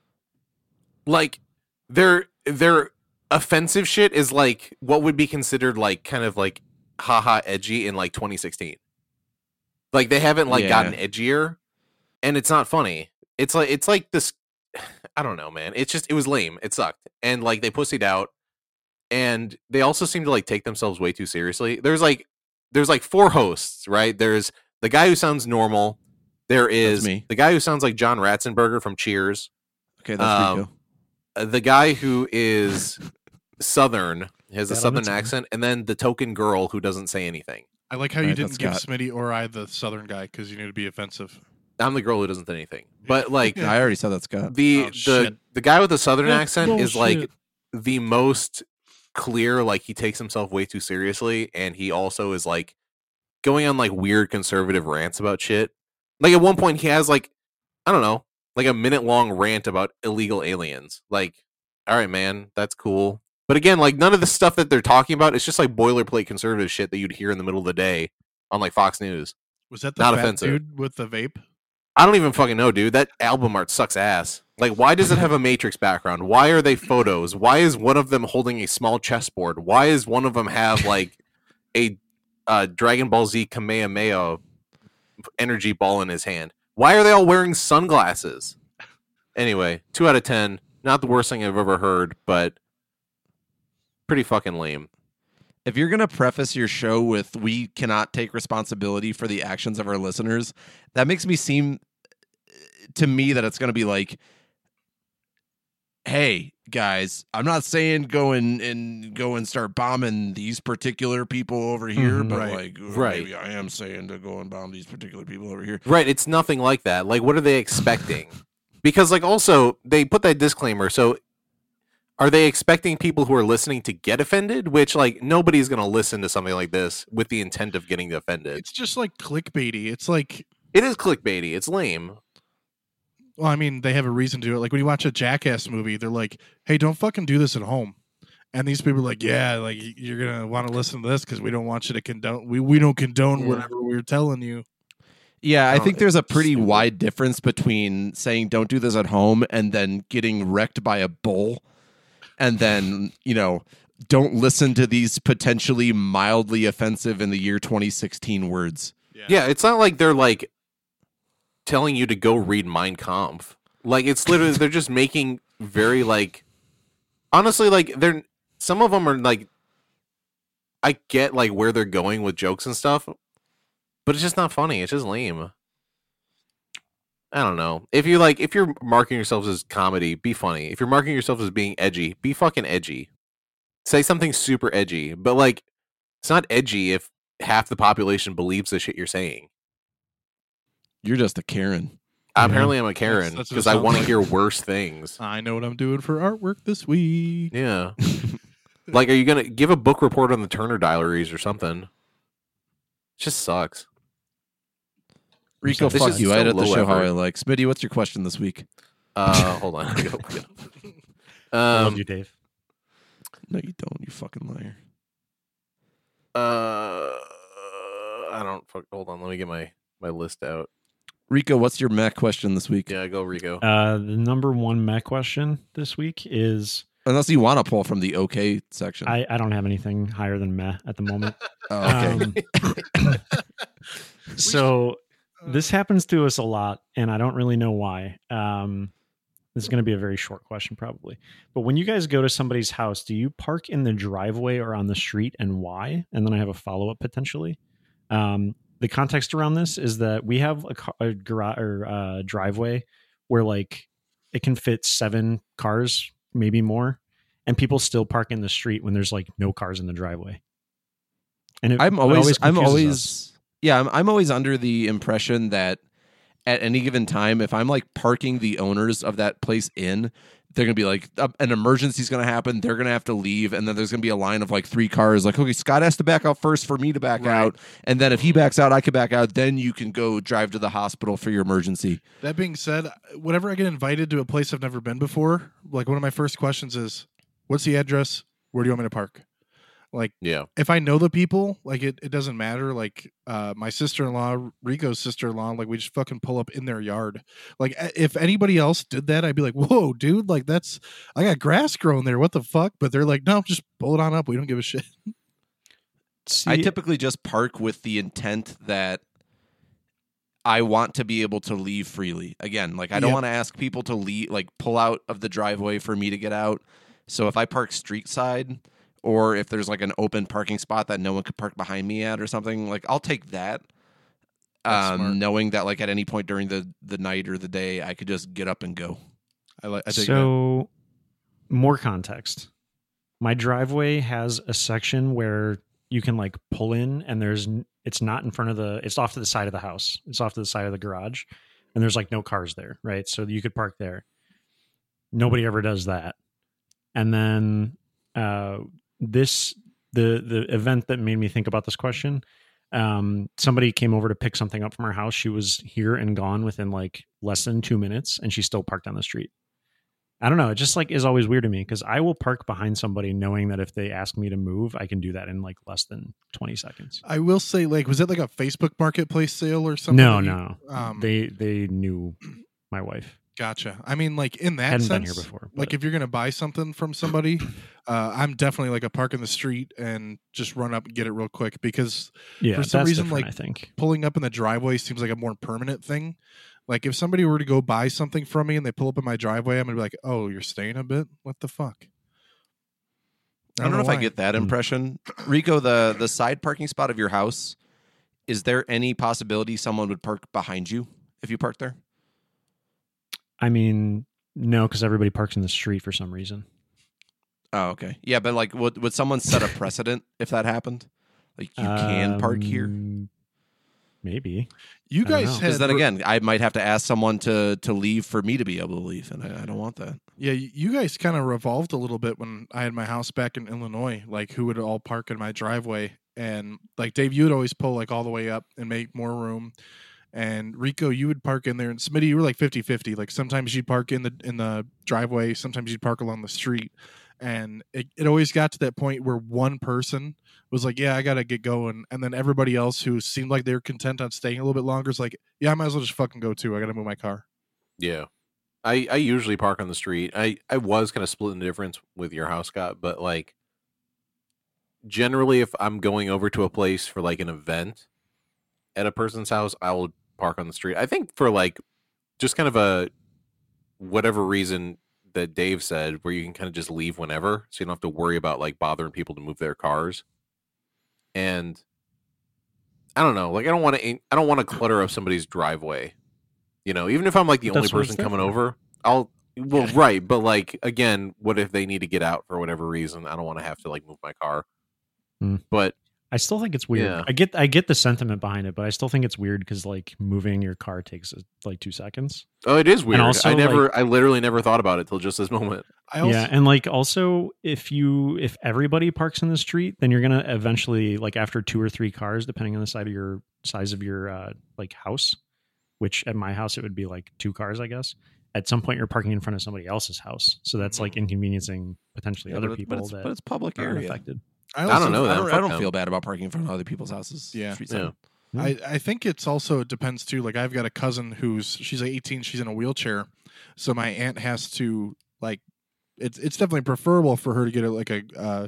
like their their offensive shit is like what would be considered like kind of like haha edgy in like 2016 like they haven't like Yeah. gotten edgier and it's not funny it's like it's like this [SIGHS] i don't know man it's just it was lame it sucked and like they pussied out and they also seem to like take themselves way too seriously there's like there's like four hosts right there's the guy who sounds normal there is me. the guy who sounds like john ratzenberger from cheers Okay, that's Um, Rico. uh, the guy who is southern has a That on southern its own. accent and then the token girl who doesn't say anything I like how you Alright, didn't that's give Scott. Smitty or I the Southern guy because you knew to be offensive. i'm the girl who doesn't say anything but like No, I already said that, Scott. the Oh, the shit. the guy with the southern That's accent is like bullshit. the most clear like he takes himself way too seriously and he also is like going on like weird conservative rants about shit like at one point he has like i don't know like a minute long rant about illegal aliens like all right man that's cool but again like none of the stuff that they're talking about it's just like boilerplate conservative shit that you'd hear in the middle of the day on like fox news Was that the Not fat offensive. dude with the vape? I don't even fucking know, dude. That album art sucks ass. Like, why does it have a Matrix background? Why are they photos? Why is one of them holding a small chessboard? Why is one of them have like a uh, Dragon Ball Z Kamehameha energy ball in his hand? Why are they all wearing sunglasses? Anyway, two out of ten. Not the worst thing I've ever heard, but pretty fucking lame. if you're going to preface your show with we cannot take responsibility for the actions of our listeners that makes me seem to me that it's going to be like hey guys i'm not saying go and, and go and start bombing these particular people over here Mhm. but Right. like Right. maybe i am saying to go and bomb these particular people over here Right, it's nothing like that. Like what are they expecting? Because like also they put that disclaimer. So are they expecting people who are listening to get offended, which like nobody's going to listen to something like this with the intent of getting offended. It's just like clickbaity. It's like, It is clickbaity. It's lame. well, I mean, they have a reason to do it. Like when you watch a Jackass movie, they're like, "Hey, don't fucking do this at home." And these people are like, "Yeah, like y- you're gonna want to listen to this because we don't want you to condone. We we don't condone Yeah. whatever we're telling you." yeah i No, think there's a Oh, it's pretty stupid. wide difference between saying don't do this at home and then getting wrecked by a bull and then you know don't listen to these potentially mildly offensive in the year 2016 words Yeah, it's not like they're like telling you to go read Mein Kampf. Like it's literally they're just making very like honestly like they're some of them are like I get like where they're going with jokes and stuff, but it's just not funny. It's just lame. I don't know. If you like if you're marking yourselves as comedy, be funny. If you're marking yourself as being edgy, be fucking edgy. Say something super edgy, but like it's not edgy if half the population believes the shit you're saying. you're just a karen Yeah. Apparently, I'm a Karen Mm-hmm. that's what it because I sounds want to like. hear worse things. I know what I'm doing for artwork this [LAUGHS] week. Yeah. like, are you going to give a book report on the Turner Diaries or something? It just sucks. rico This fuck is you i so edit the low show how effort. i like smitty what's your question this week Uh, hold on. [LAUGHS] I gotta look it up. I love Um, you, Dave. no you don't you fucking liar uh, I don't. Fuck, hold on. Let me get my, my list out. rico what's your mac question this week Yeah, go, Rico. Uh, the number one mech question this week is unless you want to pull from the okay section I, I don't have anything higher than meh at the moment. oh, okay [LAUGHS] Um, [COUGHS] so Uh, this happens to us a lot, and I don't really know why. Um, this is going to be a very short question, probably. But when you guys go to somebody's house, do you park in the driveway or on the street, and why? And then I have a follow up potentially. Um, the context around this is that we have a, car, a garage or uh, driveway where like it can fit seven cars, maybe more, and people still park in the street when there's like no cars in the driveway. And it, I'm it always, I'm confuses always us. yeah, I'm I'm always under the impression that at any given time, if I'm like parking the owners of that place in, they're gonna be like uh, an emergency's gonna happen. They're gonna have to leave, and then there's gonna be a line of like three cars. Like, okay, Scott has to back out first for me to back Right. out, and then if he backs out, I can back out. Then you can go drive to the hospital for your emergency. That being said, whenever I get invited to a place I've never been before, like one of my first questions is, "What's the address? Where do you want me to park?" Like Yeah. if I know the people, like it, it doesn't matter. Like uh, my sister in law, Rico's sister in law, like we just fucking pull up in their yard. Like a- if anybody else did that, I'd be like, "Whoa, dude! Like that's I got grass growing there. What the fuck?" But they're like, "No, just pull it on up. We don't give a shit." See, I typically just park with the intent that I want to be able to leave freely. Again, like I don't Yep. want to ask people to leave, like pull out of the driveway for me to get out. So if I park street side, or if there's like an open parking spot that no one could park behind me at, or something, like I'll take that. That's smart. Um, knowing that like at any point during the the night or the day, I could just get up and go. I like. I dig that. so more context. My driveway has a section where you can like pull in, and there's n- it's not in front of the it's off to the side of the house. It's off to the side of the garage, and there's like no cars there, right? So you could park there. Nobody ever does that. And then uh, this the the event that made me think about this question. Um, somebody came over to pick something up from her house. She was here and gone within like less than two minutes, and she still parked on the street. I don't know. It just like is always weird to me because I will park behind somebody knowing that if they ask me to move, I can do that in like less than twenty seconds. I will say, like, was it like a Facebook Marketplace sale or something? No, that you- no. um, they they knew my wife Gotcha. I mean, like in that hadn't sense, been here before. like Like if you're gonna buy something from somebody, uh, I'm definitely like a park in the street and just run up and get it real quick because yeah, for some that's reason, different, like, I think pulling up in the driveway seems like a more permanent thing. Like if somebody were to go buy something from me and they pull up in my driveway, I'm gonna be like, "Oh, you're staying a bit? What the fuck?" I don't know, if I why. get that Hmm. impression. Rico, the the side parking spot of your house, is there any possibility someone would park behind you if you parked there? I mean no, because everybody parks in the street for some reason. Oh, okay. Yeah, but like would would someone set a precedent if that happened? Like you can park here? Um, Maybe You I don't guys know. had Because then re- again, I might have to ask someone to to leave for me to be able to leave, and I, I don't want that. Yeah, y- you guys kind of revolved a little bit when I had my house back in Illinois. Like, who would all park in my driveway? And like Dave, you would always pull like all the way up and make more room. And Rico, you would park in there, and Smitty, you were like 50-50. Like sometimes you'd park in the in the driveway, sometimes you'd park along the street, and it, it always got to that point where one person was like, "Yeah, I gotta get going," and then everybody else who seemed like they were content on staying a little bit longer is like, "Yeah, I might as well just fucking go too. I gotta move my car." Yeah. I, I usually park on the street. I, I was kind of splitting the difference with your house, Scott, but like generally, if I'm going over to a place for like an event at a person's house, I will park on the street. I think for like just kind of a whatever reason that Dave said, where you can kind of just leave whenever. So you don't have to worry about like bothering people to move their cars. And I don't know. Like, I don't want to, I don't want to clutter up somebody's driveway. You know, even if I'm like the But only that's what it's person there coming for. over, I'll, well, right. But like, again, what if they need to get out for whatever reason? I don't want to have to like move my car. Hmm. But I still think it's weird. Yeah. I get I get the sentiment behind it, but I still think it's weird because like moving your car takes uh, like two seconds. oh, it is weird. also, I like- never, I literally never thought about it till just this [LAUGHS] moment. I also yeah, and like also if you if everybody parks in the street, then you're gonna eventually like after two or three cars, depending on the side of your size of your uh like house, which at my house it would be like two cars, I guess. At some point, you're parking in front of somebody else's house, so that's like inconveniencing Mm-hmm. potentially Yeah, other but it- people but it's, that but it's public are area. affected. I don't also- know I that. don't, Fuck I don't them. feel bad about parking in front of other people's houses. Yeah. Street Yeah. side. Yeah. I, I think it's also depends too. Like I've got a cousin who's she's like 18, she's in a wheelchair, so my aunt has to like it's it's definitely preferable for her to get a, like a uh,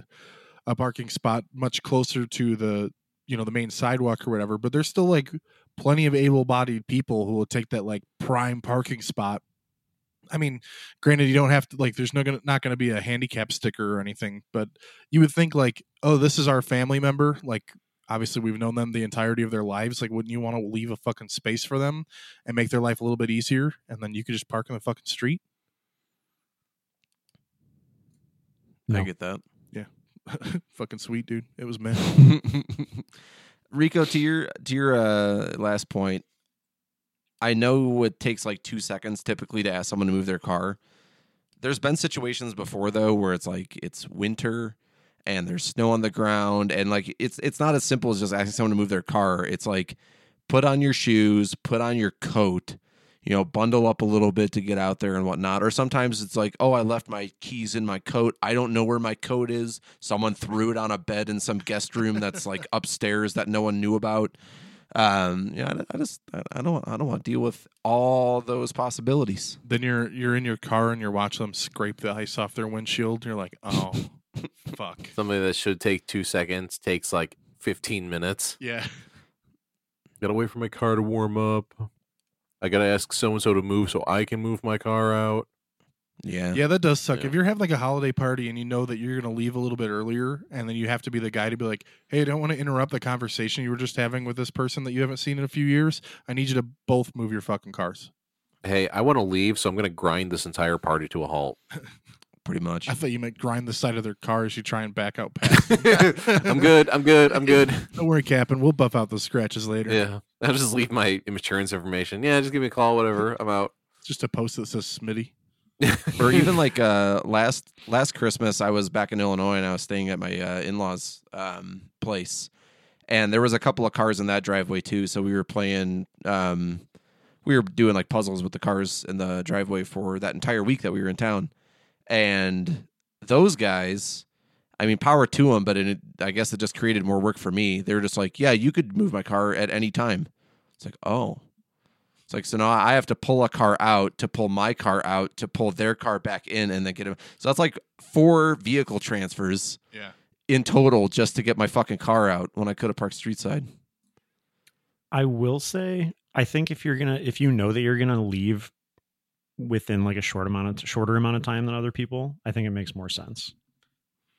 a parking spot much closer to the you know the main sidewalk or whatever. But there's still like plenty of able-bodied people who will take that like prime parking spot. I mean, granted, you don't have to like. There's no gonna not gonna be a handicap sticker or anything, but you would think like, oh, this is our family member. Like, obviously we've known them the entirety of their lives like wouldn't you want to leave a fucking space for them and make their life a little bit easier and then you could just park in the fucking street I No. get that. [LAUGHS] fucking sweet, dude. It was mint. [LAUGHS] Rico, to your to your uh, last point, I know it takes like two seconds typically to ask someone to move their car. There's been situations before though where it's like it's winter and there's snow on the ground and like it's it's not as simple as just asking someone to move their car. It's like put on your shoes, put on your coat, you know, bundle up a little bit to get out there and whatnot. Or sometimes it's like, oh, I left my keys in my coat. I don't know where my coat is. Someone threw it on a bed in some guest room that's like [LAUGHS] upstairs that no one knew about. Um, yeah, I, I just I, I don't I don't want to deal with all those possibilities. then you're you're in your car and you're watching them scrape the ice off their windshield. You're like, oh, fuck. Something that should take two seconds takes like 15 minutes. Yeah. Gotta wait for my car to warm up. I gotta ask so and so to move so I can move my car out. Yeah. Yeah, that does suck. Yeah. If you're having like a holiday party and you know that you're going to leave a little bit earlier, and then you have to be the guy to be like, "Hey, I don't want to interrupt the conversation you were just having with this person that you haven't seen in a few years. I need you to both move your fucking cars." Hey, I want to leave, so I'm gonna grind this entire party to a halt. [LAUGHS] Pretty much. I thought you meant grind the side of their car as you try and [LAUGHS] back out past. them. I'm good. I'm good. I'm good. [LAUGHS] [LAUGHS] Don't worry, Captain. We'll buff out those scratches later. Yeah, I'll just leave my insurance information. Yeah, just give me a call. Whatever. I'm out. Just a post that says Smitty. or even like uh last last christmas i was back in illinois and i was staying at my uh, in-laws um place and there was a couple of cars in that driveway too so we were playing um we were doing like puzzles with the cars in the driveway for that entire week that we were in town and those guys i mean power to them but it, i guess it just created more work for me they were just like yeah you could move my car at any time it's like oh it's like so now I have to pull a car out to pull my car out to pull their car back in and then get them. So that's like four vehicle transfers Yeah. in total just to get my fucking car out when I could have parked street side. I will say, I think if you're gonna, if you know that you're gonna leave within like a short amount of shorter amount of time than other people, I think it makes more sense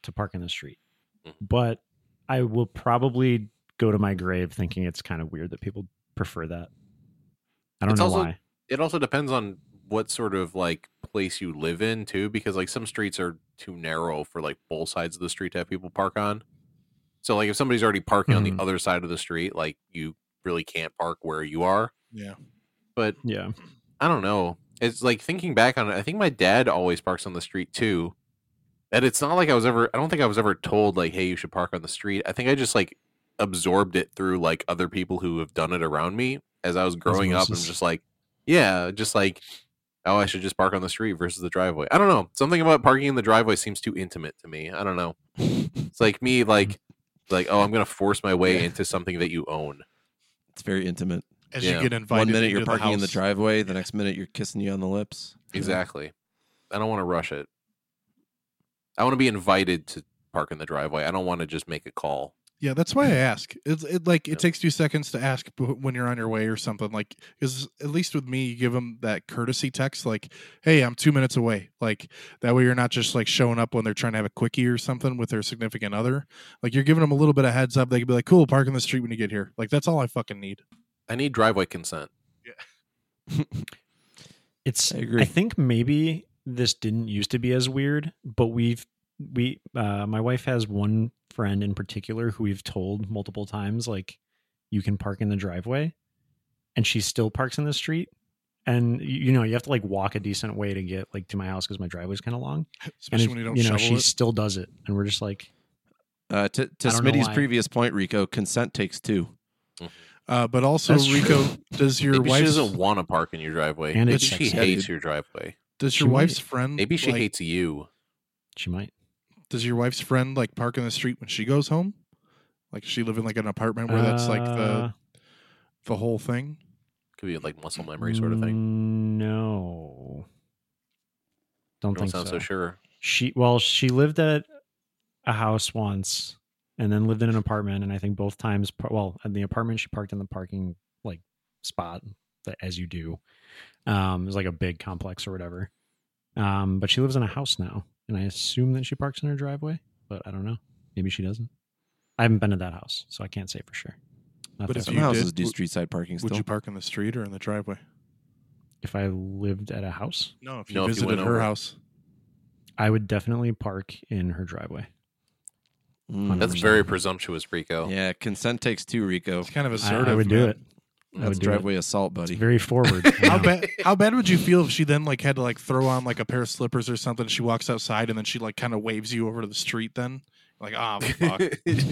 to park in the street. Mhm. But I will probably go to my grave thinking it's kind of weird that people prefer that. I don't It's know also- why. It also depends on what sort of like place you live in too, because like some streets are too narrow for like both sides of the street to have people park on. So like if somebody's already parking on Mhm. the other side of the street, like you really can't park where you are. Yeah. But Yeah. I don't know. It's like thinking back on it. I think my dad always parks on the street too. And it's not like I was ever. I don't think I was ever told like, "Hey, you should park on the street." I think I just like absorbed it through like other people who have done it around me as I was growing up. I'm Osmosis. just like, yeah, just like, oh, I should just park on the street versus the driveway. I don't know. Something about parking in the driveway seems too intimate to me. I don't know. It's like me like like oh, I'm gonna force my way Yeah. into something that you own. It's very intimate. [LAUGHS] As Yeah. you get invited, One minute into you're parking in the house. driveway, the next minute you're kissing you on the lips. Exactly. I don't want to rush it. I want to be invited to park in the driveway. I don't want to just make a call. Yeah, that's why I ask. It's it like Yeah. it takes two seconds to ask b- when you're on your way or something. Like, is at least with me, you give them that courtesy text, like, "Hey, I'm two minutes away." Like that way, you're not just like showing up when they're trying to have a quickie or something with their significant other. Like you're giving them a little bit of heads up. They could be like, "Cool, park in the street when you get here." Like that's all I fucking need. I need driveway consent. It's I agree. I think maybe this didn't used to be as weird, but we've we uh my wife has one friend in particular who we've told multiple times like you can park in the driveway and she still parks in the street and y- you know you have to like walk a decent way to get like to my house cuz my driveway's kind of long and Especially if- when you don't know shovel she it. still does it and we're just like Uh, to to I don't know Smitty's why. previous point, Rico, consent takes two. Uh, but also, That's Rico, true. does your Maybe she wife's doesn't want to park in your driveway. And Maybe it's she sexy. hates your driveway. does she your might- wife's friend Maybe she like, hates you. she might does your wife's friend like park in the street when she goes home? Like, does she live in like an apartment where that's like the Uh, the whole thing. Could be like muscle memory sort of Mm, thing. No. Don't You don't think sound so. sure. she well she lived at a house once and then lived in an apartment and i think both times par- well in the apartment she parked in the parking like spot that as you do um it was like a big complex or whatever um but she lives in a house now and i assume that she parks in her driveway but i don't know maybe she doesn't i haven't been to that house so i can't say for sure Not But that if Some you I'm- houses did, do would- street side parking Would still. you park in the street or in the driveway? if i lived at a house No, if you No, if you visited went her over. house. i would definitely park in her driveway Mm. That's very presumptuous, Rico. yeah. Consent takes two, Rico. It's kind of I, assertive. I would do man. it. I That's would do it. driveway assault, buddy. It's very [LAUGHS] forward. How Yeah. [LAUGHS] bad? How bad would you feel if she then like had to like throw on like a pair of slippers or something? She walks outside and then she like kind of waves you over to the street. Then like, [LAUGHS] ah, fuck.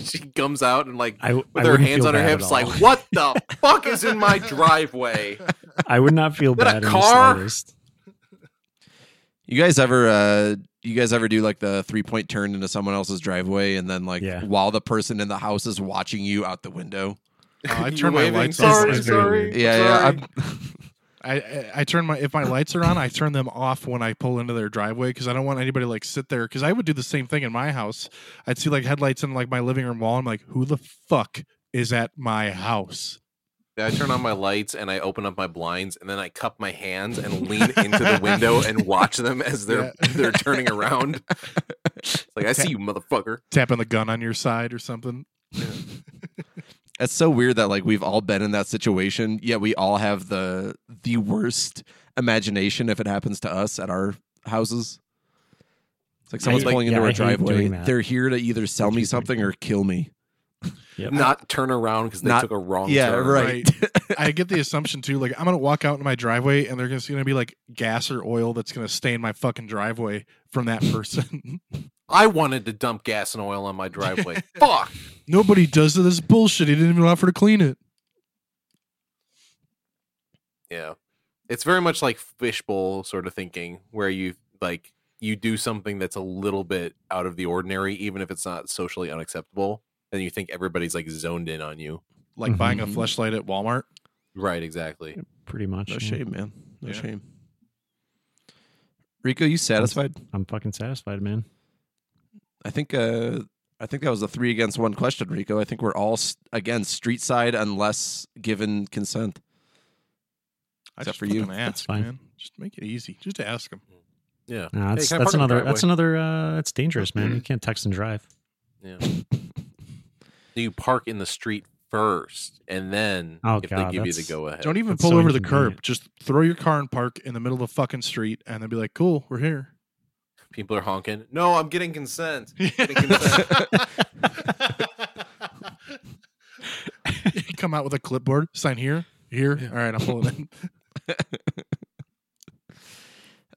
she comes out and like I, I with her wouldn't hands feel on her bad at hips, like, all. "What the fuck is in my driveway?" I would not feel [LAUGHS] Is that a bad. in the car? slightest. You guys ever uh you guys ever do like the three point turn into someone else's driveway and then like Yeah. while the person in the house is watching you out the window? Oh, [LAUGHS] I You turn my waving, lights off. sorry, It's very sorry. weird. Yeah, sorry." yeah. I, I I turn my if my lights are on, I turn them off when I pull into their driveway because I don't want anybody to, like sit there because I would do the same thing in my house. I'd see like headlights in like my living room wall. I'm like, who the fuck is at my house? Yeah, I turn on my lights and I open up my blinds and then I cup my hands and lean into the window and watch them as they're Yeah. [LAUGHS] they're turning around. It's like I see you, motherfucker. Tapping the gun on your side or something. It's so weird that like we've all been in that situation, yet we all have the the worst imagination if it happens to us at our houses. It's like someone's like- pulling into yeah, I a hate driveway. doing that. They're here to either sell me Confusing. something or kill me. Yep. Not turn around because they Not- took a wrong yeah, turn. right. I get the assumption too, like I'm gonna walk out in my driveway and there's gonna be like gas or oil that's gonna stain my fucking driveway from that person. [LAUGHS] I wanted to dump gas and oil on my driveway. Fuck. Nobody does this bullshit. He didn't even offer to clean it. Yeah. It's very much like fishbowl sort of thinking where you like you do something that's a little bit out of the ordinary, even if it's not socially unacceptable, and you think everybody's like zoned in on you. Like buying a Mhm. flashlight at Walmart. Right, exactly. Pretty much. No yeah. shame, man. No Yeah. shame. Rico, you satisfied? I'm fucking satisfied, man. I think uh, I think that was a three against one question, Rico. I think we're all s again street side unless given consent. I Except just for you. fucking That's ask, fine. man. Just make it easy. Just ask him. Yeah. Nah, that's can that's I park in the another driveway? Mm. that's another uh that's dangerous, man. You can't text and drive. [LAUGHS] Yeah. Do you park in the street first and then Oh, if God, they give you the that's- go ahead? Don't even That's pull so over the curb. inconvenient. Just throw your car and park in the middle of the fucking street, and then be like, "Cool, [LAUGHS] we're here." [LAUGHS] People are honking. No, I'm getting consent. [LAUGHS] Getting consent. Come out with a clipboard. Sign here, here. All right, [LAUGHS] I'm pulling in.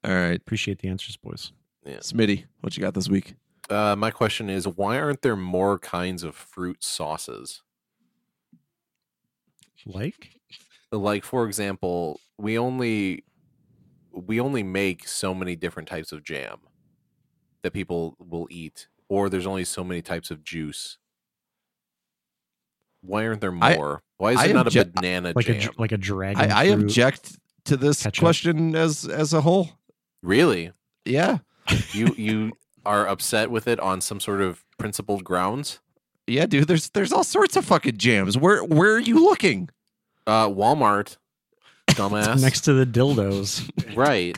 All right, Appreciate the answers, boys. Smitty, what you got this week? [LAUGHS] uh, my question is why aren't there more kinds of fruit sauces? Like Like for example, we only we only make so many different types of jam that people will eat, or there's only so many types of juice. Why aren't there I- more? Why is I there not a obje- banana like a jam? dr- like a dragon. I, I fruit. object to this Ketchup. question as as a whole. really? Yeah, you you are upset with it on some sort of principled grounds. yeah, dude. There's there's all sorts of fucking jams. Where where are you looking? Uh, [LAUGHS] Walmart, dumbass. next to the [LAUGHS] dildos. right?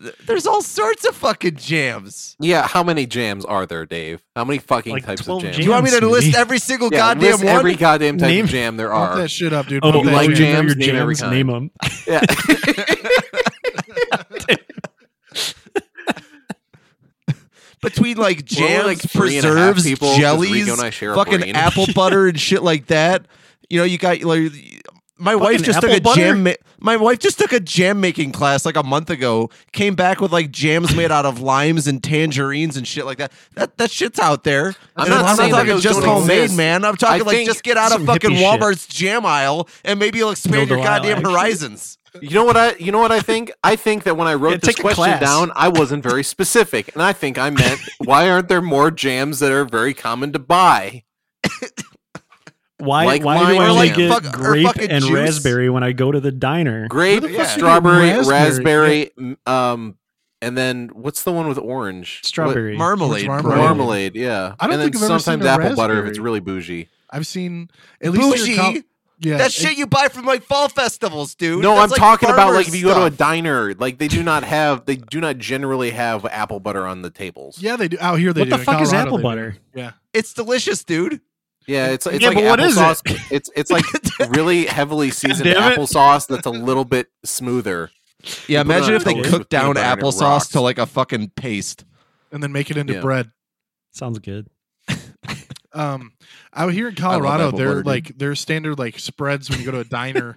Th- There's all sorts of fucking jams. Yeah. How many jams are there, Dave? How many fucking Like types of 12 jams? Do you want me to Jams, list Smitty. every single Yeah, goddamn list one? Every goddamn type Name- of jam there Pump are. that shit up, dude. Oh, Pump that like like shit up. jams? jams, Name every jams, kind. name them. Yeah. Between like We're only jams, three and a half preserves, people, 'cause jellies, Rico and I share a fucking brain. [LAUGHS] apple butter and shit like that. You know, you got like my wife just took apple a butter? jam. Ma- my wife just took a jam making class like a month ago. Came back with like jams made out of limes and tangerines and shit like that. That that shit's out there. I'm And not saying talking those just don't homemade, exist. man. I'm talking I like think just get out of some fucking hippie shit. Walmart's jam aisle and maybe you'll expand Dildo your aisle, goddamn actually. horizons. [LAUGHS] You know what I? You know what I think? I think that when I wrote Yeah, this take a question class. down, I wasn't very specific, and I think I meant why aren't there more jams that are very common to buy? Why Like why lime do I or only like get fuck- or grape fucking and juice? raspberry when I go to the diner? Grape, Where the fuck do you get strawberry, raspberry? raspberry, m um, and then what's the one with orange? Strawberry. Marmalade, Marmalade? bro. What- marmalade. Yeah, I don't and then think I've ever seen sometimes a apple butter if raspberry. it's really bougie. I've seen at least Bougie. your com- yeah, That it- shit you buy from like fall festivals, dude. no, That's, I'm like, talking about farmer like if you go to a stuff. diner, like they do not have, they do not generally have apple butter on the tables. Yeah, they do out here. They What do the In fuck is Colorado, apple they do. butter? Yeah, It's delicious, dude. Yeah, it's it's Yeah, like but what is it? applesauce. It's [LAUGHS] it's like [LAUGHS] really heavily seasoned damn it. applesauce that's a little bit smoother. Yeah, You put it imagine on if they toast cooked with peanut down butter and it rocks. applesauce to like a fucking paste. and then make it into Yeah. bread. Sounds good. Um, out here in love Colorado, apple they're butter, dude. like their standard like spreads when you go to [LAUGHS] a diner.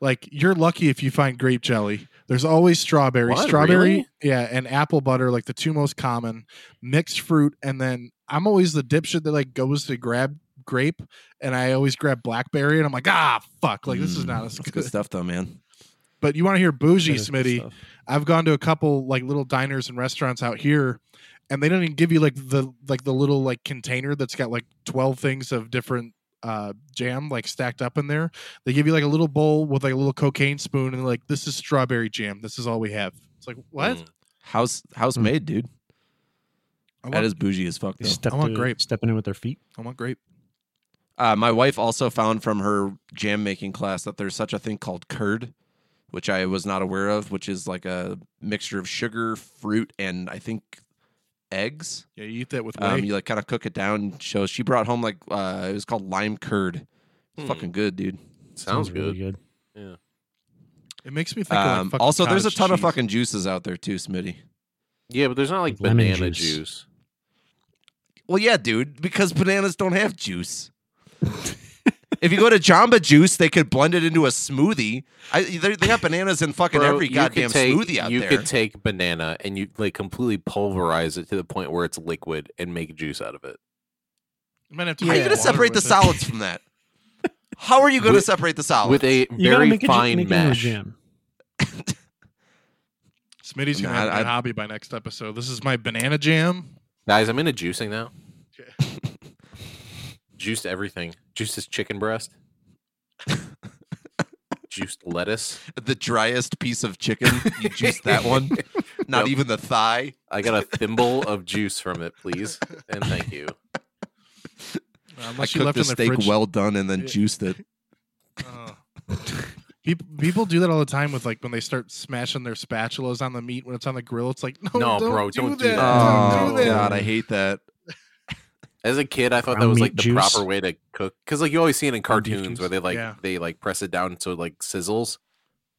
like you're lucky if you find grape jelly. There's always strawberry, What? strawberry, Really? yeah, and apple butter, like the two most common mixed fruit. And then I'm always the dipshit that like goes to grab grape, and I always grab blackberry, and I'm like, ah, fuck, like this is Mm, not as That's good. good stuff, though, man. But you want to hear bougie, That is good Smitty? stuff. I've gone to a couple like little diners and restaurants out here, and they don't even give you like the like the little like container that's got like twelve things of different uh jam like stacked up in there. They give you like a little bowl with like a little cocaine spoon and like this is strawberry jam. This is all we have. It's like what? Mm. House house Hmm. made, dude. I That want, is bougie as fuck. They Though. stepped I want in- grape. stepping in with their feet. I want grape. Uh, my wife also found from her jam making class that there's such a thing called curd, which I was not aware of, which is like a mixture of sugar, fruit, and I think eggs. Yeah, you eat that with whey. Um, you like kind of cook it down. So she brought home like uh, it was called lime curd. It's Hmm. Fucking good, dude. sounds really good. good. it makes me think. Um, of, like, also, there's a ton of fucking. fucking juices out there too, Smitty. Yeah, but there's not like Lemon banana juice. juice. Well, yeah, dude, because bananas don't have [LAUGHS] juice. if you go to Jamba Juice, they could blend it into a smoothie. I, they they got bananas in fucking Bro, every you goddamn could take, smoothie out you there. could take banana and you like completely pulverize it to the point where it's liquid and make juice out of it. You might have to How are you make going to water separate with the it. solids from that? How are you going to With- separate the solids? With a You gotta very make it ju- fine make it into a mash. jam. Smitty's gonna Nah, have a I- new hobby by next episode. This is my banana jam. Guys, I'm into juicing now. Okay. Juiced everything. Juiced this chicken breast. Juiced lettuce. the driest piece of chicken, you juice that [LAUGHS] one. Not Yep. even the thigh. I got a thimble of juice from it, please. And thank you. I Uh, Unless you cooked left the in the steak fridge. well done and then Yeah. juiced it. people, people do that all the time with like when they start smashing their spatulas on the meat when it's on the grill. It's like no, No, don't bro, do don't do Oh, that. that. Don't do that. God, I hate that. As a kid, I thought that Ground was meat like the juice. proper way to cook because like you always see it in Ground beef juice. cartoons where they like Yeah. they like press it down so it like sizzles.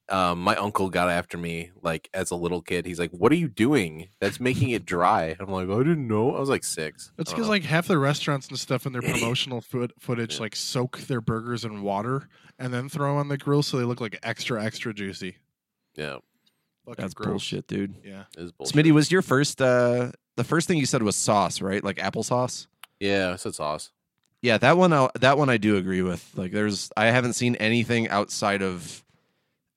Um, my uncle got after me like as a little kid. He's like, "What are you doing? That's making it dry." I'm like, "I didn't know." I was like six. I That's don't because know. like half the restaurants and stuff in their promotional food, footage Yeah. like soak their burgers in water and then throw on the grill so they look like extra extra juicy. yeah, Fucking That's gross. bullshit, dude. Yeah, it was bullshit. Smitty, was your first, uh, the first thing you said was sauce, right? Like applesauce? yeah, I said sauce. Yeah, that one I that one I do agree with. Like there's I haven't seen anything outside of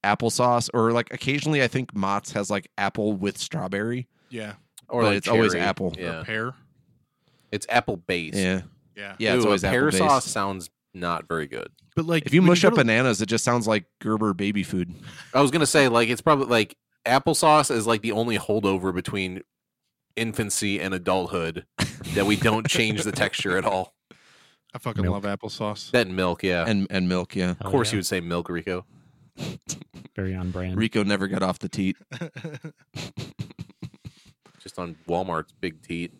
applesauce or like occasionally I think Mott's has like apple with strawberry. yeah. Or But like it's always cherry. apple. Or Yeah, pear. it's apple based. Yeah. Yeah, Yeah, it's Ooh, always a pear apple based. sauce sounds not very good. But like If you when mush go up to- bananas, it just sounds like Gerber baby food. I was gonna say like it's probably like applesauce is like the only holdover between infancy and adulthood [LAUGHS] that we don't change the texture at all. I fucking Milk. love applesauce. That and milk, yeah. And and milk, yeah. of course, you you would say milk, Rico. very on brand. Rico never got off the teat. Just on Walmart's big teat.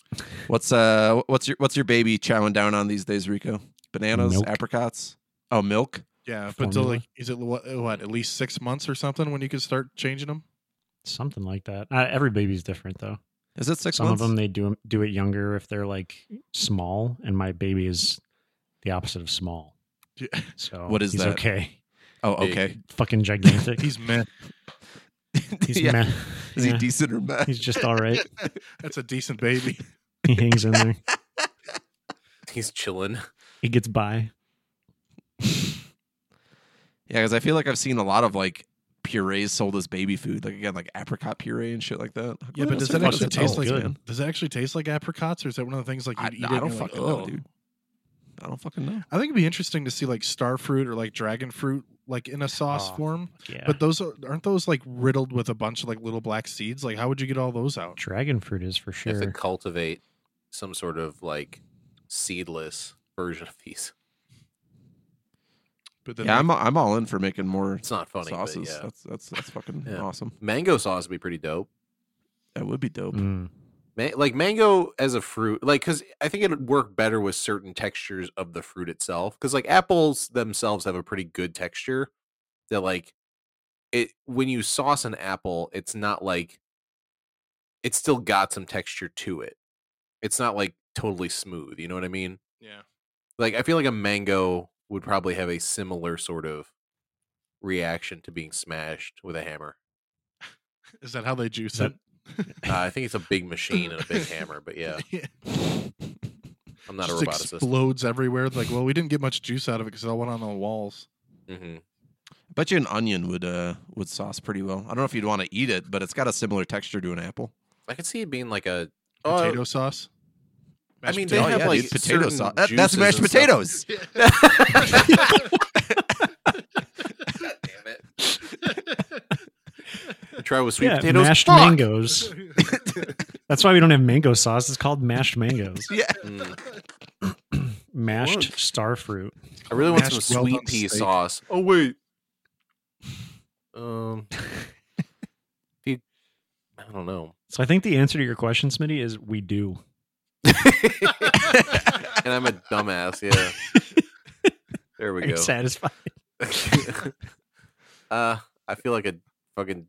[LAUGHS] What's uh what's your what's your baby chowing down on these days, Rico? Bananas, Milk. apricots? Oh, milk? [LAUGHS] yeah, but till Formula. like is it what, what at least six months or something when you could start changing them? Something like that. Uh, every baby's different though. Is it 6 Some months? of them they do do it younger if they're like small, and my baby is the opposite of small. Yeah. So What is he's that? [LAUGHS] Okay, oh, Big. okay. fucking gigantic. He's meh. [LAUGHS] he's yeah. meh. Is Yeah. he decent or bad? He's just all right. That's a decent baby. He hangs in there. He's chilling. He gets by. Yeah, because I feel like I've seen a lot of like purees sold as baby food, like again, like apricot puree and shit like that. Like, Yeah, what but else does the that fuck actually it taste called, like? good? man? Does it actually taste like apricots, or is that one of the things like you I, eat? oh, I it don't and you're like, fucking know, "Ugh." dude. I don't fucking know. I think it'd be interesting to see like starfruit or like dragon fruit like in a sauce Oh, form. Yeah. But those are, aren't those like riddled with a bunch of like little black seeds. Like, how would you get all those out? dragon fruit is for You have to sure. cultivate some sort of like seedless version of these. But then Yeah, they- I'm I'm all in for making more It's not funny, sauces. but yeah. That's that's that's fucking Yeah. awesome. Mango sauce would be pretty dope. That would be dope. Mm. Ma- like mango as a fruit, like because I think it would work better with certain textures of the fruit itself. Because like apples themselves have a pretty good texture. That like it when you sauce an apple, it's not like it's still got some texture to it. It's not like totally smooth. You know what I mean? Yeah. Like I feel like a mango would probably have a similar sort of reaction to being smashed with a hammer. Is that how they juice That- it? Uh, I think it's a big machine and a big hammer, but yeah, [LAUGHS] I'm not Just a roboticist. explodes everywhere. Like, well, we didn't get much juice out of it because it all went on the walls. hmm bet you an onion would uh would sauce pretty well. I don't know if you'd want to eat it, but it's got a similar texture to an apple. I could see it being like a uh, Potato sauce. I mean, They Oh, have, yeah, like, dude, potato certain sauce. That- that's juices mashed and stuff. potatoes. damn it. Try with sweet yeah, potatoes. mashed Fuck! mangoes. That's why we don't have mango sauce. It's called mashed mangoes. Yeah. Mm. Mashed starfruit. I really want Mashed some well sweet done pea steak. sauce. Oh wait. [LAUGHS] Um. you- I don't know. [LAUGHS] So I think the answer to your question, Smitty, is we do. and I'm a dumbass. Yeah. There we Are you go. satisfied? [LAUGHS] [LAUGHS] uh, I feel like a fucking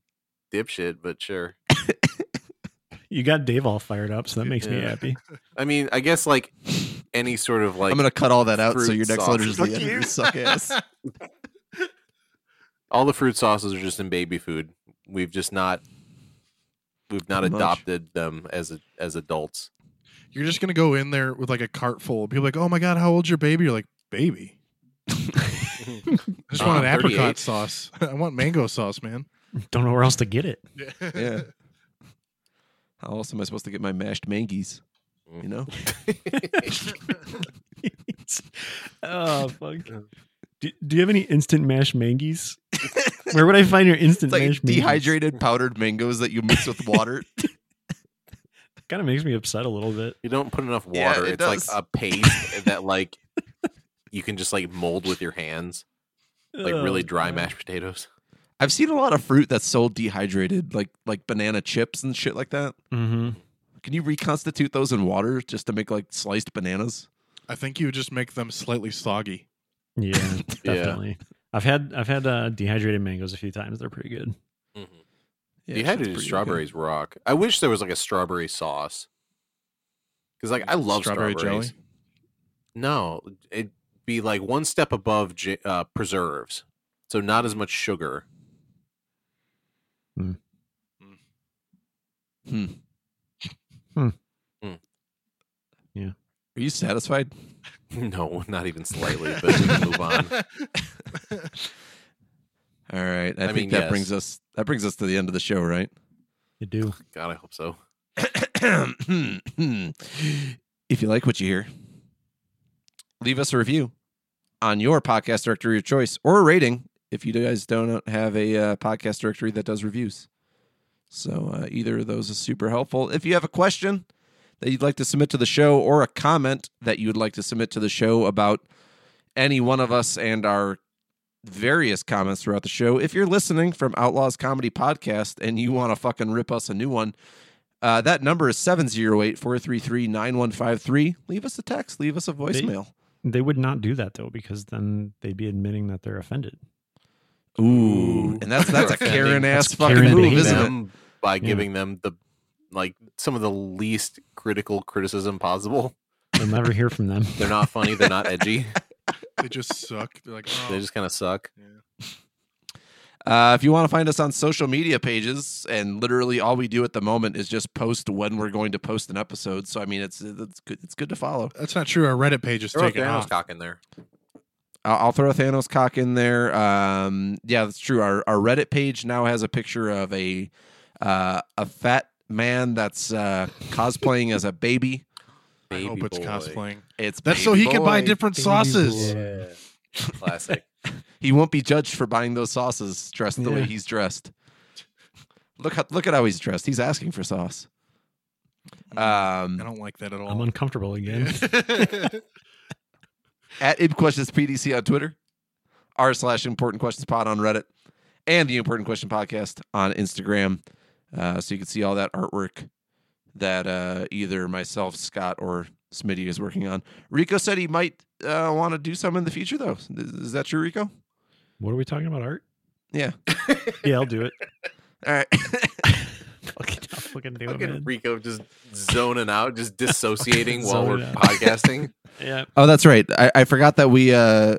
dipshit, but sure. You got Dave all fired up, so that makes me Yeah. happy. I mean, I guess like any sort of like I'm gonna cut all that out so fruit your next sauce. letter is the Fuck end of you. your suck [LAUGHS] ass. all the fruit sauces are just in baby food. We've just not we've not Pretty much. adopted them as a, [LAUGHS] as adults. You're just gonna go in there with like a cart full. People are like, oh my god, how old's your baby? You're like, baby. I just want Uh, an apricot 38. sauce. [LAUGHS] I want mango sauce, man. Don't know where else to get it. [LAUGHS] Yeah. How else am I supposed to get my mashed mangies? Mm. You know? oh fuck. Do, do you have any instant mashed mangies? Where would I find your instant [LAUGHS] It's like mashed mangoes? dehydrated powdered mangoes that you mix [LAUGHS] with water. Kind of makes me upset a little bit. You don't put enough water. Yeah, it it's like does. a paste that like you can just like mold with your hands, like really Oh, dry God. mashed potatoes. I've seen a lot of fruit that's sold dehydrated, like like banana chips and shit like that. Mhm. Can you reconstitute those in water just to make like sliced bananas? I think you would just make them slightly soggy. Yeah, [LAUGHS] Yeah. definitely. I've had I've had uh, dehydrated mangoes a few times. They're pretty good. Mm-hmm. Yeah, you had shit's pretty to do good. strawberries rock. I wish there was like a strawberry sauce. Cuz like I love Strawberry strawberries. jelly? No, it'd be like one step above j- uh, preserves. So not as much sugar. Hmm. Hmm. Hmm. Yeah. Are you satisfied? [LAUGHS] No, not even slightly, but we can move [LAUGHS] on. All right. I, I think mean, that yes. brings us that brings us to the end of the show, right? [COUGHS] You do. God, I hope so. if you like what you hear, leave us a review on your podcast directory of choice or a rating if you guys don't have a uh, podcast directory that does reviews. So uh, either of those is super helpful. If you have a question that you'd like to submit to the show or a comment that you would like to submit to the show about any one of us and our various comments throughout the show, if you're listening from Outlaws Comedy Podcast and you want to fucking rip us a new one, uh, that number is 708 433 9153. Leave us a text, leave us a voicemail. They would not do that though, because then they'd be admitting that they're offended. Ooh. And that's that's a Offending. Karen ass [LAUGHS] That's fucking Karen move, behavior. isn't it? them by Yeah. giving them the like some of the least critical criticism possible. They'll never hear from [LAUGHS] them. They're not funny. They're not [LAUGHS] edgy. They just suck. They're like, oh. [LAUGHS] They just kind of suck. Uh, if you want to find us on social media pages, and literally all we do at the moment is just post when we're going to post an episode. So I mean, it's it's good, it's good to follow. That's not true. Our Reddit page is Throw a taken Thanos off. cock in there. I'll, I'll throw a Thanos cock in there. Um, yeah, that's true. Our our Reddit page now has a picture of a uh, a fat man that's uh, cosplaying as a baby. I hope Baby it's boy. cosplaying. It's That's so baby he can buy boy. different sauces. [LAUGHS] Classic. He won't be judged for buying those sauces dressed the way Yeah. he's dressed. Look how, look at how he's dressed. He's asking for sauce. Mm-hmm. I Um, don't like that at I'm [LAUGHS] all. uncomfortable again. [LAUGHS] at Ib Questions PDC on Twitter, r slash Important Questions Pod on Reddit, and the Important Question Podcast on Instagram. Uh, so you can see all that artwork that uh, either myself, Scott, or Smitty is working on. Rico said he might uh, want to do some in the future, though. Is- Is that true, Rico? What are we [LAUGHS] talking about? Art? Yeah. Yeah, I'll do it. All right. [LAUGHS] Fucking hell. Fucking do it, Fucking man. Rico just zoning out, just [LAUGHS] dissociating while we're Zoning out. podcasting. yeah. Oh, that's right. I, I forgot that we uh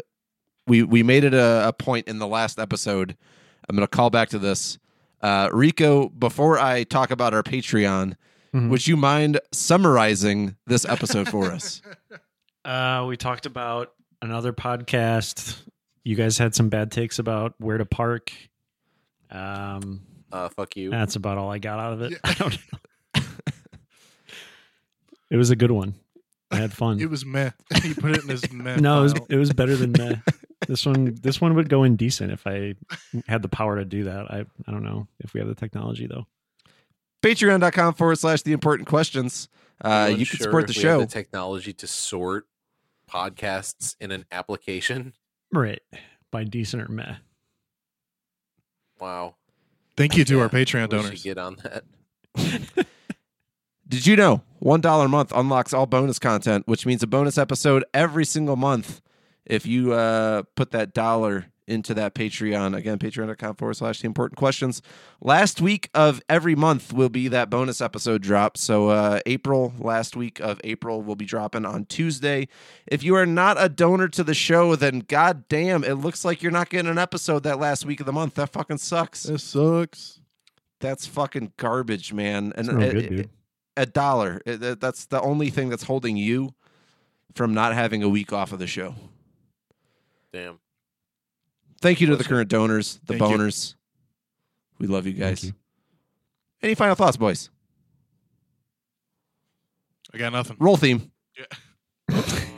we we made it a, a point in the last episode. I'm gonna call back to this. Uh Rico, before I talk about our Patreon, Mhm. would you mind summarizing this episode for [LAUGHS] us? Uh, we talked about another podcast. You guys had some bad takes about where to park. Um, Uh, fuck you. that's about all I got out of it. Yeah. [LAUGHS] I don't know. it was a good one. I had fun. It was meh. [LAUGHS] he put it in his meh. [LAUGHS] no, it was, pile. it was better than the, this one. This one would go indecent if I had the power to do that. I I don't know if we have the technology though. Patreon.com forward slash the important questions. Uh, I'm you can unsure support if the we have show. the technology to sort podcasts in an application. Right. By decent or meh. Wow. Thank you to our Yeah, Patreon we should donors. Get on that. Did you know $1 a month unlocks all bonus content, which means a bonus episode every single month if you uh, put that dollar into that Patreon. Again, patreon.com forward slash the important questions. Last week of every month will be that bonus episode drop. So, uh, April, last week of April, will be dropping on Tuesday. If you are not a donor to the show, then goddamn, it looks like you're not getting an episode that last week of the month. That fucking sucks. This sucks. That's fucking garbage, man. And It's real it- good, it- dude. a dollar. It- that- That's the only thing that's holding you from not having a week off of the show. Damn. Thank you to the Pleasure. current donors, the Thank you. boners. We love you guys. you. Any final thoughts, boys? I got nothing. Roll theme. Yeah.